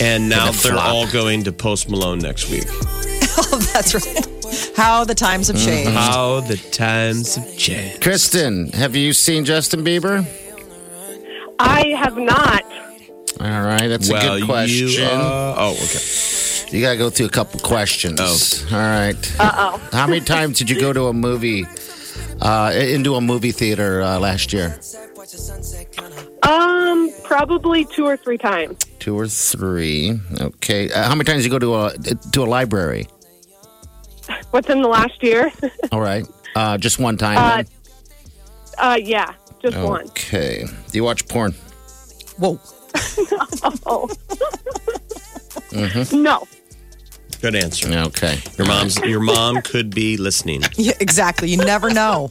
Speaker 5: And now
Speaker 6: And a
Speaker 5: they're
Speaker 6: flop.
Speaker 5: all going to Post Malone next week.
Speaker 4: Oh, that's right. How the times have changed.
Speaker 5: How the times have changed.
Speaker 6: Kristen, have you seen Justin Bieber?
Speaker 10: I have not.
Speaker 6: All right, that's
Speaker 5: well,
Speaker 6: a good question.
Speaker 5: you. Uh, oh, okay.
Speaker 6: You gotta go through a couple questions.
Speaker 5: Oh.
Speaker 6: All right. Uh oh. How many times did you go to a movie? Uh, into a movie theater uh, last year,
Speaker 10: Um, probably two or three times.
Speaker 6: two or three. Okay. Uh, how many times did you go to a to a library?
Speaker 10: What's in the last year?
Speaker 6: All right. Uh, just one time.
Speaker 10: Uh,
Speaker 6: then?
Speaker 10: uh, yeah, just one.
Speaker 6: Okay. Do you watch porn?
Speaker 4: Whoa.
Speaker 10: Oh. No.
Speaker 5: Good answer.
Speaker 6: Okay.
Speaker 5: Your mom's. Your mom could be listening.
Speaker 4: Yeah, exactly. You never know.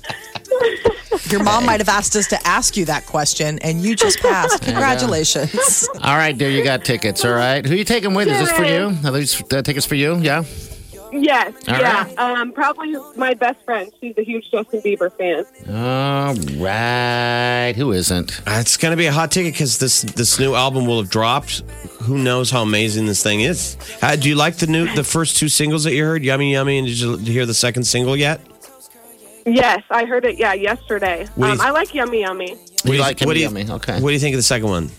Speaker 4: Your mom might have asked us to ask you that question, and you just passed. Congratulations.
Speaker 6: All right, there you got tickets. All right, who you taking with? Is this for you? Are these uh, tickets for you? Yeah.
Speaker 10: Yes.
Speaker 6: All
Speaker 10: yeah.
Speaker 6: right.
Speaker 10: Um, probably my best friend. She's a huge Justin Bieber fan.
Speaker 6: All right. Who isn't?
Speaker 5: Uh, It's going to be a hot ticket because this this new album will have dropped. Who knows how amazing this thing is? How, do you like the new the first two singles that you heard? Yummy, yummy, and did you hear the second single yet?
Speaker 10: Yes, I heard it. Yeah, yesterday.
Speaker 5: What do you
Speaker 10: um,
Speaker 5: th-
Speaker 10: I like Yummy Yummy.
Speaker 6: We
Speaker 5: do you-
Speaker 6: like him.
Speaker 5: what do you-
Speaker 6: yummy. Okay.
Speaker 5: What do you think of the second one?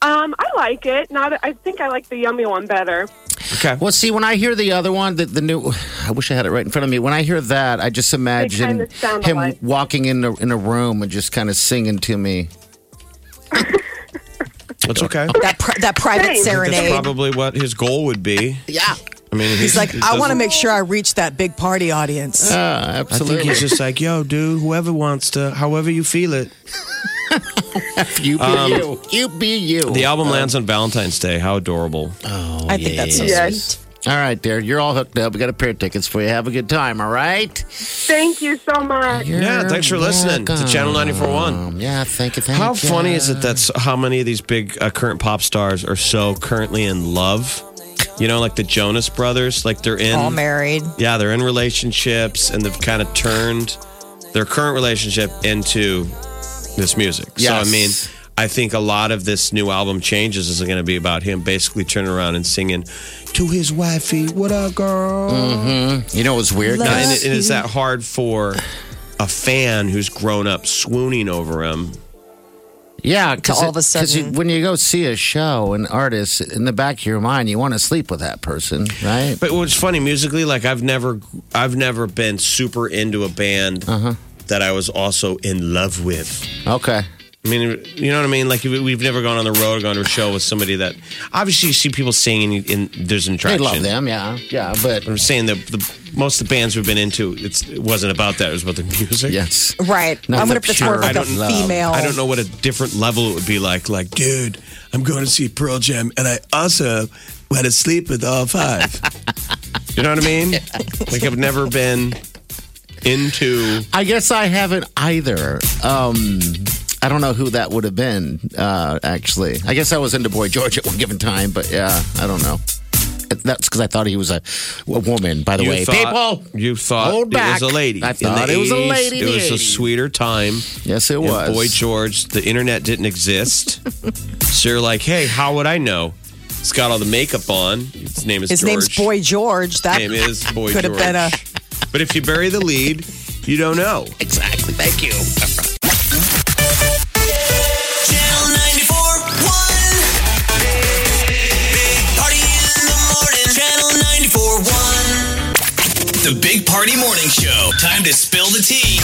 Speaker 10: Um, I like it. Not. I think I like the Yummy one better.
Speaker 5: Okay.
Speaker 6: Well, see, when I hear the other one, the, the new, I wish I had it right in front of me. When I hear that, I just imagine
Speaker 10: kinda sound
Speaker 6: him
Speaker 10: alike.
Speaker 6: walking in a, in a room and just kind of singing to me.
Speaker 5: That's okay.
Speaker 4: That pri- that private
Speaker 10: Thanks.
Speaker 5: That's
Speaker 4: serenade.
Speaker 5: probably what his goal would be.
Speaker 6: Yeah.
Speaker 5: I mean,
Speaker 4: He's like,
Speaker 5: it
Speaker 4: I want to
Speaker 5: doesn't-
Speaker 4: make sure I reach that big party audience.
Speaker 6: Uh,
Speaker 5: I think
Speaker 6: absolutely.
Speaker 5: he's just like, yo, dude, whoever wants to, however you feel it.
Speaker 6: you be you. You be you.
Speaker 5: The album lands on Valentine's Day. How adorable.
Speaker 4: I think that's so
Speaker 10: Yes.
Speaker 4: sweet.
Speaker 6: Oh, all right, there. You're all hooked up. We got a pair of tickets for you. Have a good time. All right.
Speaker 10: Thank you so much.
Speaker 5: Yeah, thanks for listening to Channel 94.1.
Speaker 6: Um, yeah, thank you. Thank
Speaker 5: How
Speaker 6: you.
Speaker 5: funny is it that's how many of these big uh, current pop stars are so currently in love? You know, like the Jonas Brothers, like they're in,
Speaker 6: Oh,
Speaker 4: All married.
Speaker 5: yeah, they're in relationships and they've kind of turned their current relationship into this music.
Speaker 6: Yes.
Speaker 5: So I mean, I think a lot of this new album changes is going to be about him basically turning around and singing to his wifey, "What up, girl?"
Speaker 6: Mm-hmm. You know what's weird?
Speaker 5: Now,
Speaker 6: guys?
Speaker 5: and, it, and is that hard for a fan who's grown up swooning over him?
Speaker 6: Yeah, because
Speaker 4: all of a sudden-
Speaker 6: when you go see a show, an artist, in the back of your mind, you want to sleep with that person, right?
Speaker 5: But what's funny musically, like I've never, I've never been super into a band
Speaker 6: Uh-huh.
Speaker 5: that I was also in love with.
Speaker 6: Okay.
Speaker 5: I mean, you know what I mean? Like we- we've never gone on the road or gone to a show with somebody that obviously you see people singing in there's an
Speaker 6: They
Speaker 5: attraction.
Speaker 6: love them, yeah. Yeah, but
Speaker 5: I'm saying that the, most of the bands we've been into, it's, it wasn't about that. It was about the music.
Speaker 6: yes.
Speaker 4: Right.
Speaker 6: No,
Speaker 4: I wonder if
Speaker 6: the
Speaker 4: it's more of
Speaker 6: pure
Speaker 4: like a
Speaker 6: love.
Speaker 4: female.
Speaker 5: I don't know what a different level it would be like. Like, dude, I'm going to see Pearl Jam, and I also went to sleep with all five. you know what I mean? Like, I've never been into.
Speaker 6: I guess I haven't either. Um, I don't know who that would have been, uh, actually. I guess I was into Boy George at one given time, but yeah, I don't know. That's because I thought he was a, a woman, by the
Speaker 5: You
Speaker 6: way.
Speaker 5: thought-
Speaker 6: People!
Speaker 5: you thought
Speaker 6: hold
Speaker 5: it
Speaker 6: back.
Speaker 5: was a lady.
Speaker 6: I
Speaker 5: In
Speaker 6: thought
Speaker 5: the
Speaker 6: it was a
Speaker 5: 80s,
Speaker 6: lady in
Speaker 5: It
Speaker 6: the
Speaker 5: was a
Speaker 6: 80s.
Speaker 5: sweater time.
Speaker 6: Yes, it
Speaker 5: And
Speaker 6: was.
Speaker 5: Boy George, the internet didn't exist. so you're like, hey, how would I know? It's got all the makeup on. His name is
Speaker 4: His
Speaker 5: George.
Speaker 4: name's Boy George. That
Speaker 5: Name is Boy
Speaker 4: could have
Speaker 5: George.
Speaker 4: been a.
Speaker 5: But if you bury the lead, you don't know.
Speaker 6: Exactly. Thank you.
Speaker 2: Channel 94.1. Big Party in the morning. Channel 94.1. The Big Party Morning Show. Time to spill the tea.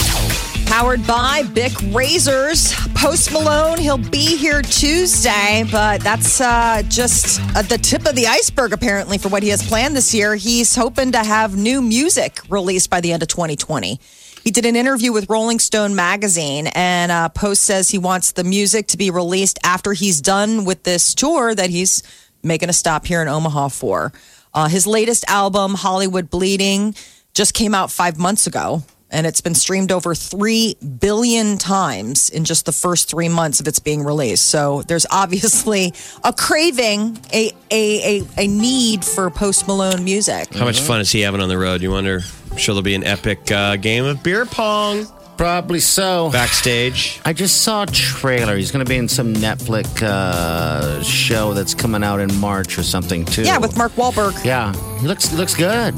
Speaker 4: Powered by Bic Razors. Post Malone, he'll be here Tuesday, but that's uh, just uh, the tip of the iceberg, apparently, for what he has planned this year. He's hoping to have new music released by the end of 2020. He did an interview with Rolling Stone magazine, and uh, Post says he wants the music to be released after he's done with this tour that he's making a stop here in Omaha for. Uh, his latest album, Hollywood Bleeding, just came out five months ago, and it's been streamed over 3 billion times in just the first three months of its being released. So there's obviously a craving, a, a, a, a need for post Malone music.
Speaker 5: How much fun is he having on the road? You wonder. I'm sure there'll be an epic uh, game of beer pong
Speaker 6: Probably so.
Speaker 5: backstage.
Speaker 6: I just saw a trailer. He's going to be in some Netflix uh, show that's coming out in March or something, too.
Speaker 4: Yeah, with Mark Wahlberg.
Speaker 6: Yeah. He looks, he looks good.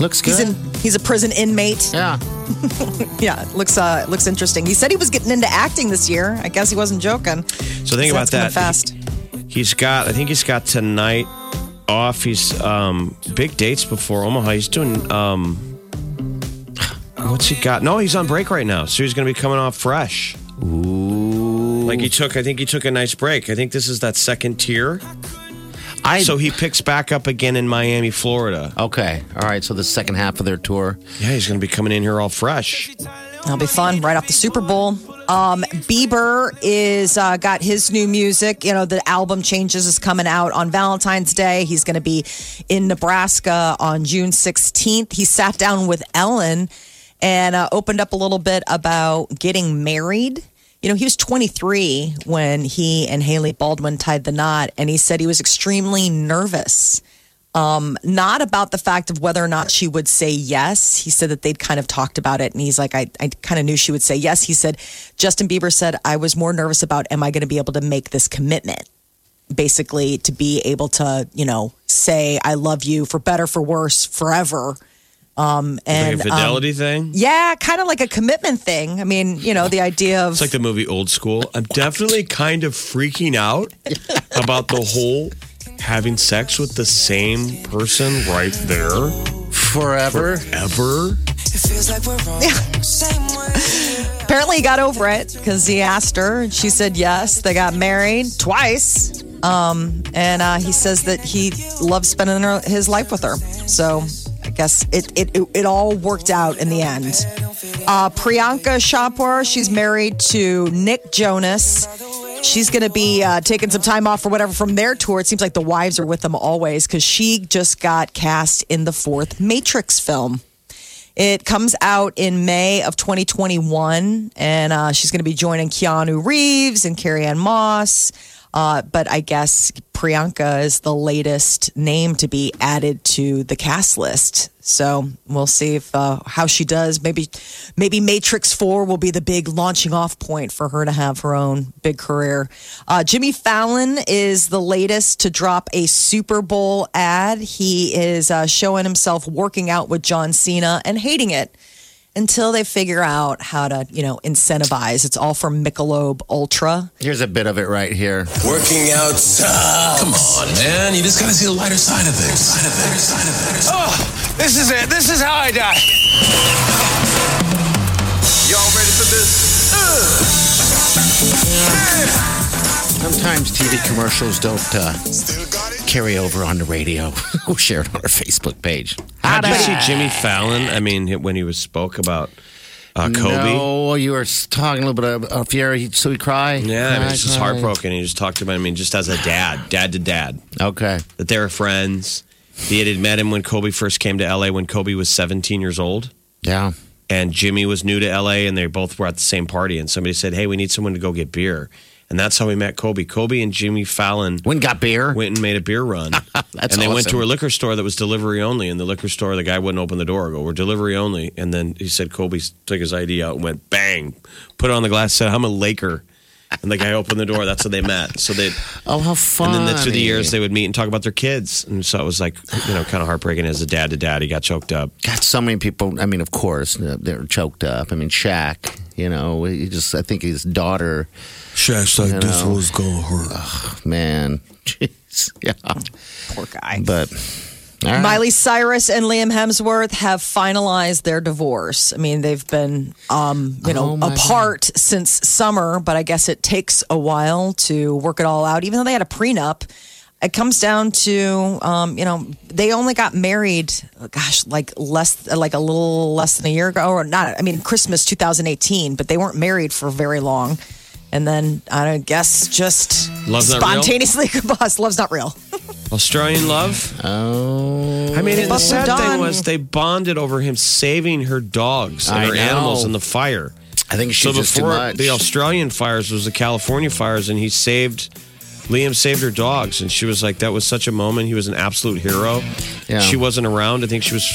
Speaker 6: Looks good.
Speaker 4: He's in. He's a prison inmate.
Speaker 6: yeah.
Speaker 4: Yeah, it looks uh, it looks interesting. He said he was getting into acting this year. I guess he wasn't joking.
Speaker 5: So think about that.
Speaker 4: That's coming Fast.
Speaker 5: He's got, I think he's got tonight off. He's um, big dates before Omaha. He's doing, um, what's he got? No, he's on break right now. So he's going to be coming off fresh. Ooh. Like he took, I think he took a nice break. I think this is that second tier.
Speaker 6: I,
Speaker 5: So he picks back up again in Miami, Florida.
Speaker 6: Okay. All right. So the second half of their tour.
Speaker 5: Yeah, he's going to be coming in here all fresh.
Speaker 4: That'll be fun. Right off the Super Bowl. Um, Bieber is uh, got his new music. You know, the album Changes is coming out on Valentine's Day. He's going to be in Nebraska on June 16th. He sat down with Ellen and uh, opened up a little bit about getting married. You know, he was 23 when he and Haley Baldwin tied the knot, and he said he was extremely nervous. not about the fact of whether or not she would say yes. He said that they'd kind of talked about it, and he's like, I, I kind of knew she would say yes. He said, Justin Bieber said, I was more nervous about, am I going to be able to make this commitment? Basically, to be able to, you know, say, I love you for better, for worse, forever. Um, and
Speaker 5: like a
Speaker 4: um,
Speaker 5: fidelity thing.
Speaker 4: yeah, kind of like a commitment thing. I mean, you know, the idea of
Speaker 5: It's like the movie Old School. I'm definitely kind of freaking out about the whole having sex with the same person right there
Speaker 6: Forever.
Speaker 5: ever.
Speaker 4: apparently he got over it because he asked her and she said yes they got married twice um, and uh, he says that he loves spending her, his life with her so i guess it, it, it, it all worked out in the end uh, priyanka chopra she's married to nick jonas She's going to be uh, taking some time off or whatever from their tour. It seems like the wives are with them always because she just got cast in the fourth Matrix film. It comes out in May of 2021, and uh, she's going to be joining Keanu Reeves and Carrie Ann Moss. Uh, but I guess Priyanka is the latest name to be added to the cast list. So we'll see if uh, how she does. Maybe, maybe Matrix Four will be the big launching off point for her to have her own big career. Uh, Jimmy Fallon is the latest to drop a Super Bowl ad. He is uh, showing himself working out with John Cena and hating it until they figure out how to, you know, incentivize. It's all from Michelob Ultra.
Speaker 6: Here's a bit of it right here.
Speaker 2: Working out sucks. Come on, man. You just gotta see the lighter side of things. Side of things. Side of things.
Speaker 11: Oh, this is it. This is how I die. Y'all ready for this?
Speaker 6: Sometimes TV commercials don't uh,
Speaker 11: Still got it?
Speaker 6: carry over on the radio. we'll share it on our Facebook page.
Speaker 5: How did you see Jimmy Fallon? I mean, when he was spoke about uh, Kobe.
Speaker 6: No, you were talking a little bit of, of yeah, he, so he cried.
Speaker 5: Yeah, I mean,
Speaker 6: Cried,
Speaker 5: it's just
Speaker 6: cried.
Speaker 5: heartbroken. He just talked about, I mean, just as a dad, dad to dad,
Speaker 6: Okay.
Speaker 5: that they were friends. He had met him when Kobe first came to LA when Kobe was 17 years old.
Speaker 6: Yeah.
Speaker 5: and Jimmy was new to LA, and they both were at the same party. And somebody said, "Hey, we need someone to go get beer." And that's how we met Kobe. Kobe and Jimmy Fallon
Speaker 6: went got beer.
Speaker 5: Went and made a beer run.
Speaker 6: That's
Speaker 5: and they went
Speaker 6: awesome.
Speaker 5: to a liquor store that was delivery only. And the liquor store, the guy wouldn't open the door. I go, we're delivery only. And then he said Kobe took his ID out and went bang, put it on the glass, said, "I'm a Laker." And the guy opened the door. That's how they met. So they
Speaker 6: Oh, how fun!
Speaker 5: and then the, through the years, they would meet and talk about their kids. And so it was like, you know, kind of heartbreaking as a dad to dad. He got choked up.
Speaker 6: God, so many people. I mean, of course, they're choked up. I mean, Shaq. You know, he just. I think his daughter.
Speaker 12: Shaq's like,
Speaker 6: You
Speaker 12: this
Speaker 6: know.
Speaker 12: was gonna hurt.
Speaker 6: Man, jeez, yeah.
Speaker 1: Poor guy.
Speaker 6: But all right.
Speaker 4: Miley Cyrus and Liam Hemsworth have finalized their divorce. I mean, they've been, um, you know,
Speaker 6: Oh, my
Speaker 4: apart since summer, but I guess it takes a while to work it all out. Even though they had a prenup, it comes down to, um, you know, they only got married, oh, gosh, like less, like a little less than a year ago, or not. I mean, Christmas 2018, but they weren't married for very long. And then I don't guess just
Speaker 5: Love's not real?
Speaker 4: spontaneously combust. Love's not real.
Speaker 5: Australian love.
Speaker 6: Oh,
Speaker 5: I mean, and the
Speaker 4: But we're
Speaker 5: sad
Speaker 4: done.
Speaker 5: thing was they bonded over him saving her dogs and
Speaker 6: I
Speaker 5: her
Speaker 6: know.
Speaker 5: animals in the fire.
Speaker 6: I think
Speaker 5: so
Speaker 6: she's just too
Speaker 5: before
Speaker 6: much.
Speaker 5: the Australian fires was the California fires, and he saved Liam saved her dogs, and she was like, "That was such a moment. He was an absolute hero."
Speaker 6: Yeah.
Speaker 5: She wasn't around. I think she was.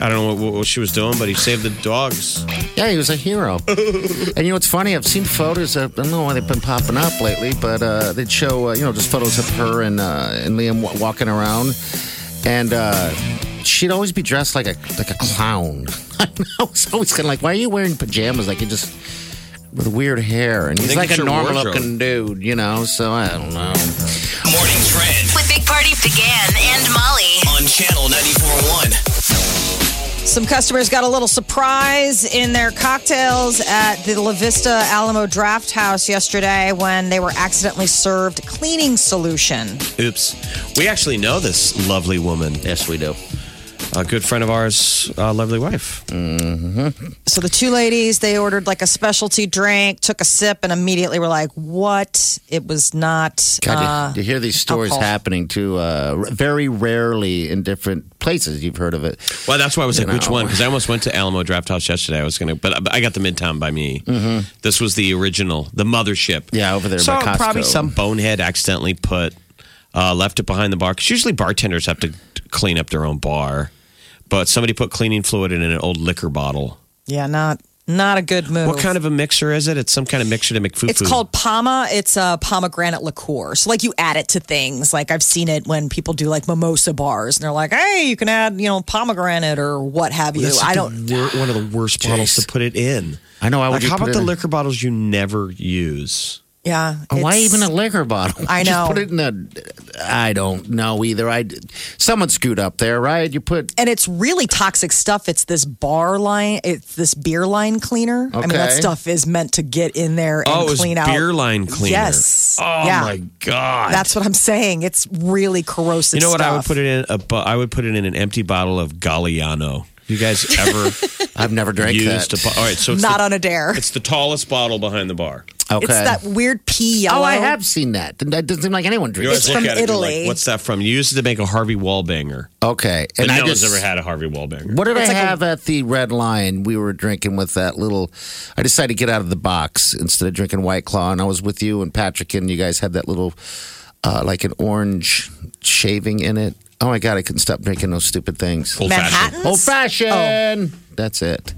Speaker 5: I don't know what, what she was doing, but he saved the dogs.
Speaker 6: Yeah, he was a hero. and you know what's funny? I've seen photos. Of, I don't know why they've been popping up lately, but uh, they'd show uh, you know just photos of her and uh, and Liam wa- walking around, and uh, she'd always be dressed like a like a clown. I know. It's always kind of like, why are you wearing pajamas? Like you just with weird hair, and he's
Speaker 5: think
Speaker 6: like
Speaker 5: it's
Speaker 6: a
Speaker 5: your
Speaker 6: normal
Speaker 5: wardrobe.
Speaker 6: looking dude, you know. So I don't know.
Speaker 2: Morning Trend
Speaker 3: With Big Party began and Molly.
Speaker 2: on Channel 94.1.
Speaker 4: Some customers got a little surprise in their cocktails at the La Vista Alamo Draft House yesterday when they were accidentally served cleaning solution.
Speaker 5: Oops. We actually know this lovely woman,
Speaker 6: Yes, we do.
Speaker 5: a good friend of ours, uh, lovely wife.
Speaker 4: So the two ladies, they ordered like a specialty drink, took a sip, and immediately were like, "What? It was not."
Speaker 6: God,
Speaker 4: Uh,
Speaker 6: you, you hear these stories
Speaker 4: alcohol.
Speaker 6: happening to uh, r- very rarely in different places. You've heard of it.
Speaker 5: Well, that's why I was
Speaker 6: You
Speaker 5: like, which
Speaker 6: know.
Speaker 5: one? Because I almost went to Alamo Draft House yesterday. I was gonna, but but I got the Midtown by me. This was the original, the mothership.
Speaker 6: Mm-hmm. Yeah, over there
Speaker 5: So
Speaker 6: by Costco.
Speaker 5: probably some bonehead accidentally put uh, left it behind the bar. 'Cause usually bartenders have to clean up their own bar, but somebody put cleaning fluid in an old liquor bottle.
Speaker 4: yeah, not not a good move.
Speaker 5: What kind of a mixer is it? It's some kind of mixture to make food.
Speaker 4: Oh. It's called Pama. It's a pomegranate liqueur. So like you add it to things. Like I've seen it when people do like mimosa bars and they're like, "Hey, you can add, you know, pomegranate or what have you." I don't
Speaker 5: one of the worst bottles to put it in.
Speaker 6: I know, why would
Speaker 5: Like,
Speaker 6: you
Speaker 5: how
Speaker 6: put
Speaker 5: about
Speaker 6: it
Speaker 5: the
Speaker 6: in?
Speaker 5: liquor bottles you never use?
Speaker 4: Yeah.
Speaker 6: Oh, Why
Speaker 4: it's-
Speaker 6: even a liquor bottle?
Speaker 4: I
Speaker 6: Just
Speaker 4: know.
Speaker 6: put it in a. I don't know either. I someone screwed up there, right? You put.
Speaker 4: and it's really toxic stuff. It's this bar line, it's this beer line cleaner. I mean, that
Speaker 6: Okay.
Speaker 4: stuff is meant to get in there and
Speaker 5: Oh, it was
Speaker 4: clean out
Speaker 5: beer line cleaner.
Speaker 4: Yes.
Speaker 5: Oh
Speaker 4: yeah.
Speaker 5: my god!
Speaker 4: That's what I'm saying. It's really corrosive.
Speaker 5: You know what? I would
Speaker 4: stuff.
Speaker 5: put it in a. bu- I would put it in an empty bottle of Galliano. You guys ever
Speaker 6: I've never drank
Speaker 5: used a?
Speaker 6: that.
Speaker 5: bo- All right, so it's
Speaker 4: Not
Speaker 5: the,
Speaker 4: on a dare. It's,
Speaker 5: It's the tallest bottle behind the bar.
Speaker 6: okay.
Speaker 4: that weird pea yellow.
Speaker 6: oh, I have seen that. That doesn't seem like anyone
Speaker 5: You always
Speaker 6: drinks.
Speaker 4: It's
Speaker 5: look
Speaker 4: from
Speaker 5: at it and you're
Speaker 4: Italy.
Speaker 5: like, what's that from? You used it to make a Harvey Wallbanger.
Speaker 6: Okay,
Speaker 5: And
Speaker 6: I
Speaker 5: no
Speaker 6: just
Speaker 5: one's ever had a Harvey Wallbanger.
Speaker 6: What did
Speaker 4: It's
Speaker 6: I
Speaker 4: like a-
Speaker 6: have at the Red Lion? We were drinking with that little. I decided to get out of the box instead of drinking White Claw, and I was with you and Patrick, and you guys had that little, uh, like an orange shaving in it. Oh my god, I couldn't stop drinking those stupid things.
Speaker 5: Old fashioned.
Speaker 4: Manhattan?
Speaker 6: Old fashioned. Oh. That's it.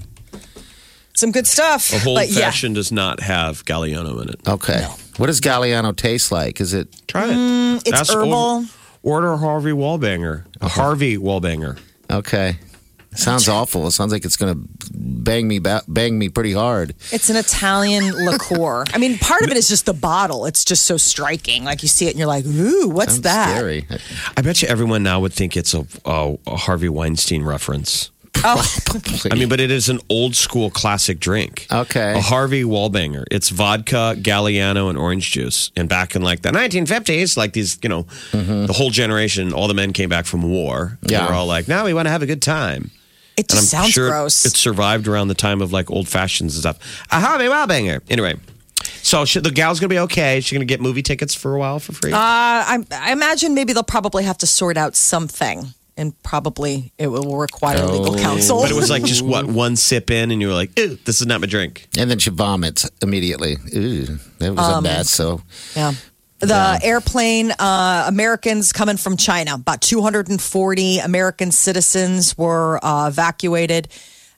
Speaker 4: Some good stuff.
Speaker 5: A whole
Speaker 4: but yeah.
Speaker 5: fashioned does not have Galliano in it.
Speaker 6: Okay. What does Galliano taste like? Is it
Speaker 5: Try it.
Speaker 4: it's herbal.
Speaker 5: Order, order a Harvey Wallbanger. A Harvey Wallbanger.
Speaker 6: okay? Sounds awful. It sounds like it's going to bang me ba- bang me pretty hard.
Speaker 4: It's an Italian liqueur. I mean, part of it is just the bottle. It's just so striking. Like you see it and you're like, ooh, what's
Speaker 6: Sounds
Speaker 4: that?
Speaker 6: Scary.
Speaker 5: I bet you everyone now would think it's a, a, a Harvey Weinstein reference.
Speaker 4: Oh,
Speaker 5: I mean, but it is an old school classic drink.
Speaker 6: Okay.
Speaker 5: A Harvey Wallbanger. It's vodka, Galliano, and orange juice. And back in like the 1950s, like these, you know, the whole generation, all the men came back from war. And
Speaker 6: Mm-hmm. Yeah.
Speaker 5: They were all like, now we want to have a good time.
Speaker 4: it
Speaker 5: And
Speaker 4: just sounds
Speaker 5: sure
Speaker 4: gross.
Speaker 5: It survived around the time of like old fashions and stuff. A Harvey Wallbanger. Anyway. So she, the gal's going to be okay. She's going to get
Speaker 4: Oh.
Speaker 5: movie tickets for a while for free.
Speaker 4: Uh, I, I imagine maybe they'll probably have to sort out something. and probably it will require legal counsel.
Speaker 5: But it was like just what one sip in, and you were like, "Ew, this is not my drink."
Speaker 6: And then she vomits immediately. Ooh, that was
Speaker 4: Um,
Speaker 6: a mess. So
Speaker 4: Yeah. The airplane, uh, Americans coming from China, about 240 American citizens were uh, evacuated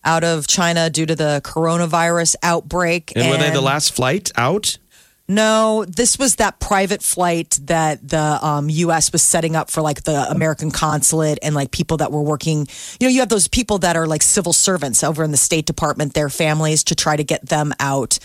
Speaker 4: out of China due to the coronavirus outbreak.
Speaker 5: And, were they the last flight out?
Speaker 4: No, this was that private flight that the um, U.S. was setting up for like the American consulate and like people that were working. You know, you have those people that are like civil servants over in the State Department, their families to try to get them out.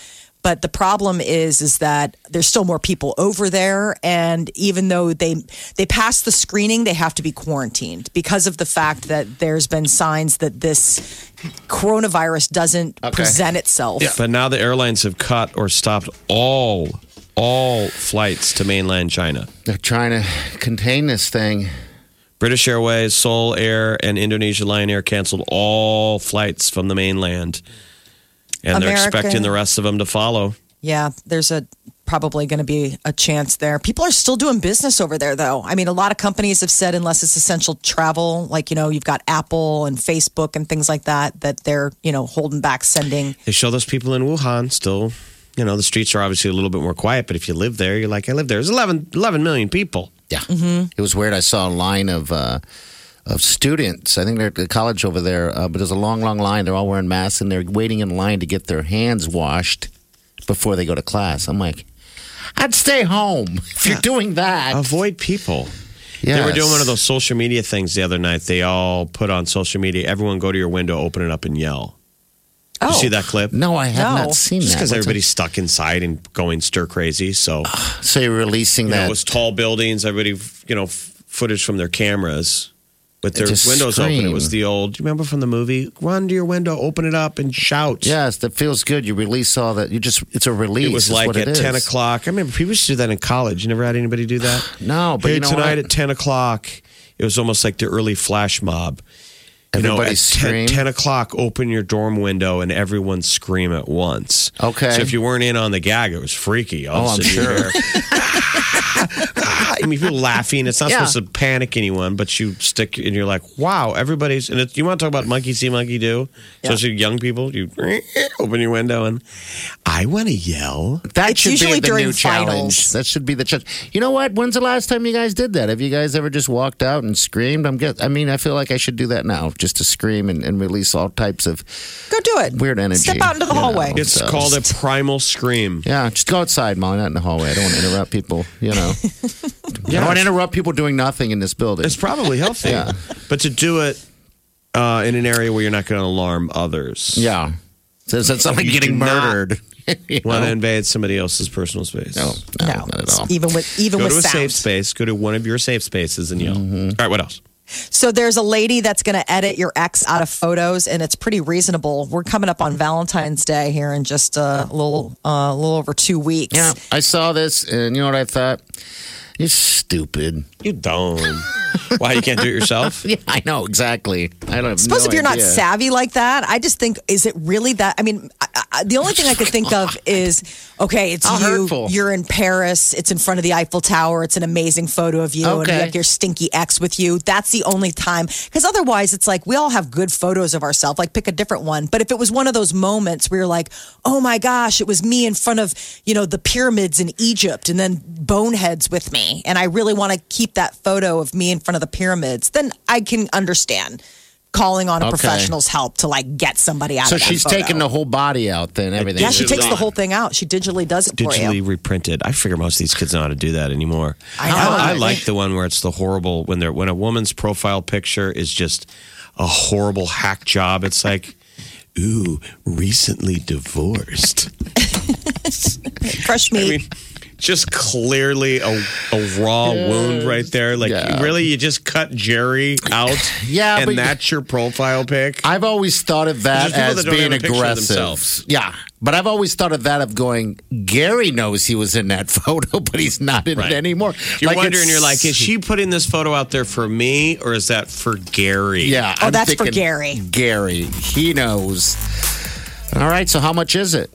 Speaker 4: But the problem is, is that there's still more people over there, and even though they they pass the screening, they have to be quarantined because of the fact that there's been signs that this coronavirus doesn't present itself.
Speaker 5: But now the airlines have cut or stopped all all flights to mainland China.
Speaker 6: they're trying to contain this thing.
Speaker 5: British Airways, Seoul Air, and Indonesia Lion Air canceled all flights from the mainland, and they're
Speaker 4: American-
Speaker 5: expecting the rest of them to follow.
Speaker 4: Yeah, there's a probably going to be a chance there. People are still doing business over there though. I mean, a lot of companies have said unless it's essential travel, like you know, you've got Apple and Facebook and things like that that they're, you know, holding back sending.
Speaker 5: They show those people in Wuhan still. You know, the streets are obviously a little bit more quiet, but if you live there, you're like, I live there. There's 11, 11 million people.
Speaker 6: Yeah.
Speaker 5: Mm-hmm.
Speaker 6: It was weird. I saw a line of uh, of students. I think they're at the college over there, uh, but there's a long, long line. They're all wearing masks and they're waiting in line to get their hands washed before they go to class. I'm like, I'd stay home if you're doing that.
Speaker 5: Avoid people. They were doing one of those social media things the other night. They all put on social media, everyone go to your window, open it up, and yell. You
Speaker 4: Oh,
Speaker 5: see that clip?
Speaker 6: Oh, No, I have
Speaker 4: No.
Speaker 6: not seen
Speaker 5: Just
Speaker 6: that.
Speaker 5: because
Speaker 6: What's
Speaker 5: everybody's stuck inside and going stir crazy. So,
Speaker 6: up? So you're releasing
Speaker 5: you know,
Speaker 6: that.
Speaker 5: it was tall buildings, everybody, you know, f- footage from their cameras with their
Speaker 6: Just
Speaker 5: windows open. It
Speaker 6: scream.
Speaker 5: was the old, do you remember from the movie? Run to your window, open it up, and shout.
Speaker 6: yes, that feels good. You release all that. You just, it's a release.
Speaker 5: It was
Speaker 6: is
Speaker 5: like
Speaker 6: what it
Speaker 5: at 10
Speaker 6: is.
Speaker 5: o'clock. I remember people used to do that in college. You never had anybody do that?
Speaker 6: No, but
Speaker 5: hey,
Speaker 6: you know
Speaker 5: tonight at
Speaker 6: what?
Speaker 5: 10 o'clock, it was almost like the early flash mob. You know,
Speaker 6: Everybody
Speaker 5: at 10,
Speaker 6: scream.
Speaker 5: 10 o'clock, open your dorm window and everyone scream at once.
Speaker 6: Okay.
Speaker 5: So if you weren't in on the gag, it was freaky. All
Speaker 6: Oh,
Speaker 5: of a
Speaker 6: I'm
Speaker 5: sudden you
Speaker 6: sure.
Speaker 5: hear, I mean, people laughing. It's not
Speaker 6: Yeah.
Speaker 5: supposed to panic anyone, but you stick and you're like, wow, everybody's. And it, you want to talk about monkey see, monkey do? Especially young people, you open your window and I want to yell.
Speaker 6: That
Speaker 4: It's
Speaker 6: should
Speaker 4: usually
Speaker 6: be the
Speaker 4: during
Speaker 6: new
Speaker 4: finals.
Speaker 6: challenge. That should be the challenge. You know what? When's the last time you guys did that? Have you guys ever just walked out and screamed? I'm get, I mean, I feel like I should do that now, just to scream and, and release all types of
Speaker 4: Go do it.
Speaker 6: weird energy.
Speaker 4: Step out into the
Speaker 6: you
Speaker 4: hallway.
Speaker 6: know,
Speaker 5: It's
Speaker 6: so-
Speaker 5: called a primal scream.
Speaker 6: Yeah, just go outside, Molly, not in the hallway. I don't want to interrupt people. You know, I don't want to interrupt people doing nothing in this building.
Speaker 5: It's probably healthy.
Speaker 6: Yeah.
Speaker 5: But to do it uh, in an area where you're not going to alarm others.
Speaker 6: yeah, so is that something
Speaker 5: You do
Speaker 6: getting
Speaker 5: not
Speaker 6: murdered? You
Speaker 5: Want to
Speaker 6: know?
Speaker 5: invade somebody else's personal space.
Speaker 6: no, no,
Speaker 4: no,
Speaker 6: not at all.
Speaker 4: even with even
Speaker 5: Go
Speaker 4: with
Speaker 5: to a
Speaker 4: sound.
Speaker 5: safe space. Go to one of your safe spaces and yell.
Speaker 6: Mm-hmm.
Speaker 5: All right, what else?
Speaker 4: So there's a lady that's going to edit your ex out of photos, and it's pretty reasonable. We're coming up on Valentine's Day here in just a little, uh, a little over two weeks.
Speaker 6: Yeah, I saw this, and you know what I thought? You're stupid.
Speaker 5: You don't. Why you can't do it yourself?
Speaker 6: Yeah, I know exactly. I don't have
Speaker 4: Suppose
Speaker 6: no
Speaker 4: if you're not
Speaker 6: idea.
Speaker 4: savvy like that, I just think, is it really that? I mean, I, I, the only thing I could think of is, okay, it's
Speaker 6: How
Speaker 4: you.
Speaker 6: hurtful.
Speaker 4: You're in Paris. It's in front of the Eiffel Tower. It's an amazing photo of you, and you
Speaker 6: Okay.
Speaker 4: have your stinky ex with you. That's the only time, because otherwise, it's like we all have good photos of ourselves. Like pick a different one. But if it was one of those moments where you're like, oh my gosh, it was me in front of you know the pyramids in Egypt, and then boneheads with me, and I really want to keep that photo of me in front of the pyramids, then I can understand. Calling on a
Speaker 6: Okay.
Speaker 4: professional's help to like get somebody out
Speaker 6: So
Speaker 4: of that
Speaker 6: she's
Speaker 4: photo.
Speaker 6: taking the whole body out, then everything.
Speaker 4: Yeah, she takes the
Speaker 5: on.
Speaker 4: whole thing out. She digitally does it for
Speaker 5: Digitally
Speaker 4: you.
Speaker 5: reprinted. I figure most of these kids know how to do that anymore.
Speaker 4: I know.
Speaker 5: I, I like the one where it's the horrible when they're when a woman's profile picture is just a horrible hack job. It's like, ooh, recently divorced.
Speaker 4: Crush me.
Speaker 5: I mean, just clearly a, a raw wound right there. Like,
Speaker 6: Yeah.
Speaker 5: really, you just cut Jerry out.
Speaker 6: Yeah,
Speaker 5: and
Speaker 6: but-
Speaker 5: that's your profile pic.
Speaker 6: I've always thought of that
Speaker 5: There's people that
Speaker 6: as
Speaker 5: don't
Speaker 6: being
Speaker 5: have a picture of themselves.
Speaker 6: aggressive. Yeah, but I've always thought of that of going. Gary knows he was in that photo, but he's not in
Speaker 5: Right.
Speaker 6: it anymore.
Speaker 5: You're
Speaker 6: Like,
Speaker 5: wondering.
Speaker 6: it's-
Speaker 5: You're like, is she putting this photo out there for me, or is that for Gary?
Speaker 6: Yeah.
Speaker 4: Oh,
Speaker 6: I'm
Speaker 4: that's for
Speaker 6: thinking
Speaker 4: Gary.
Speaker 6: Gary, he knows. All right, so how much is it?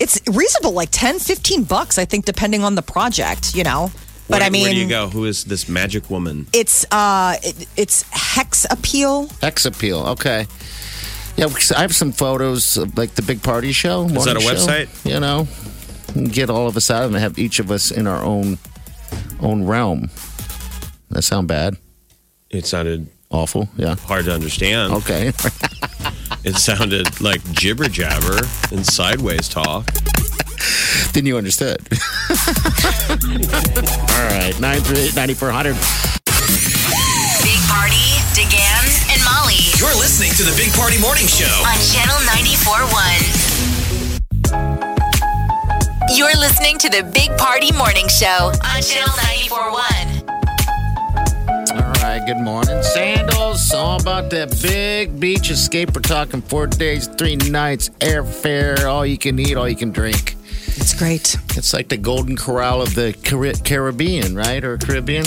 Speaker 4: It's reasonable, like 10, 15 bucks, I think, depending on the project, you know? But
Speaker 5: Where-
Speaker 4: I mean,
Speaker 5: where do you go? Who is this magic woman?
Speaker 4: it's uh, it, it's hex appeal.
Speaker 6: Hex appeal. Okay. Yeah, because I have some photos of like the big party show.
Speaker 5: Is that
Speaker 6: morning
Speaker 5: a
Speaker 6: show,
Speaker 5: website?
Speaker 6: You know, and get all of us out of it and have each of us in our own own realm. That sound bad?
Speaker 5: It sounded
Speaker 6: awful. Yeah.
Speaker 5: Hard to understand.
Speaker 6: Okay.
Speaker 5: it sounded like jibber jabber and sideways talk.
Speaker 6: Then you understood. all right, nine three eight ninety four hundred.
Speaker 3: Big Party, DeGan, and Molly
Speaker 2: You're listening to the Big Party Morning Show.
Speaker 3: on Channel 94.1. You're listening to the Big Party Morning Show on Channel 94.1.
Speaker 6: All right, good morning. Sandals, all about that big beach escape. We're talking four days, three nights, airfare, all you can eat, all you can drink.
Speaker 4: It's great.
Speaker 6: It's like the Golden Corral of the Cari- Caribbean, right? Or Caribbean?